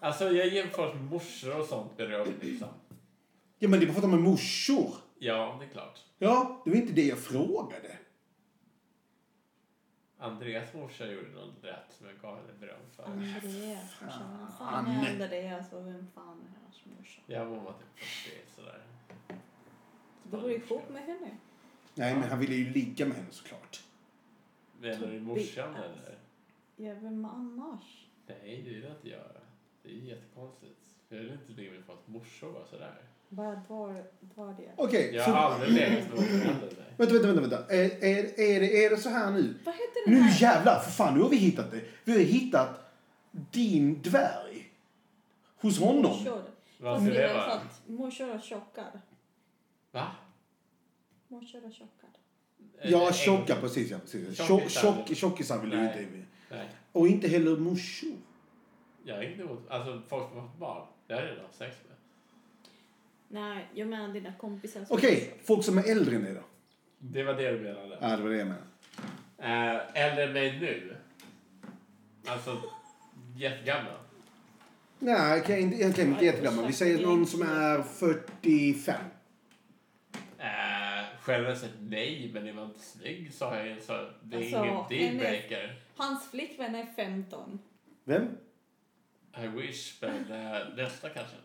Alltså, jag jämför med morsor och sånt beröm liksom. Ja, men det är bara för att de är morsor. Ja, det är klart. Ja, det var inte det jag frågade. Andreas morsa gjorde något rätt som jag gav henne beröm för. Andreas. Fan. Ah, fan är Andreas och vem fan är hans morsa? Jag var typ 40 sådär. Du går ihop med henne. Nej, men han ville ju ligga med henne såklart. Menar du morsan eller? Ja, vem annars? Nej, det vill jag inte göra. Det är ju jättekonstigt. Jag vill inte ligga med folks morsor bara sådär. Bara drar, drar det. Okej, Jag så... har aldrig legat med morsan eller. Vänta, vänta, vänta. vänta. Är, är, är, det, är det så här nu? Vad heter den Nu här? jävlar, för fan, nu har vi hittat det. Vi har hittat din dvärg. Hos honom. Morsor. Vad Fast ska det det är så vara? att Morsor och tjockar. Va? Morsor och tjockar. Ja, Eller tjocka, äng- precis. Ja, precis. Tjock- Tjockisar. tjock- Tjockisar vill du Nej. inte. med. Nej, Och inte heller morsor. jag är inte emot. Alltså folk som har fått barn. Det har jag redan haft sex med. Nej, jag menar dina kompisar. som- Okej, folk som är äldre än dig då? Det var det du menade. Ja, det var det jag menade. Eh, äldre än mig nu. Alltså, jättegammal. Nej, okej, inte- egentligen inte jättegammal. Vi säger någon som är 45. Eh, generellt sett nej, men det var inte snygg sa jag ju. Så det är Alltså, ingen dealbreaker. Hans flickvän är 15. Vem? I wish, men eh, nästa kanske.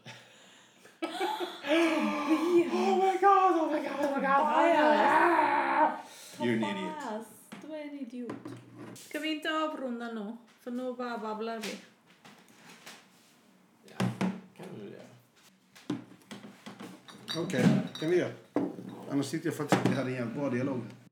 You're an idiot. Fast, du är en idiot. Ska vi inte avrunda nu? För nu bara babblar vi. Ja, kan du göra. Okej, kan vi göra. Annars sitter jag faktiskt... Vi hade en jävligt bra dialog.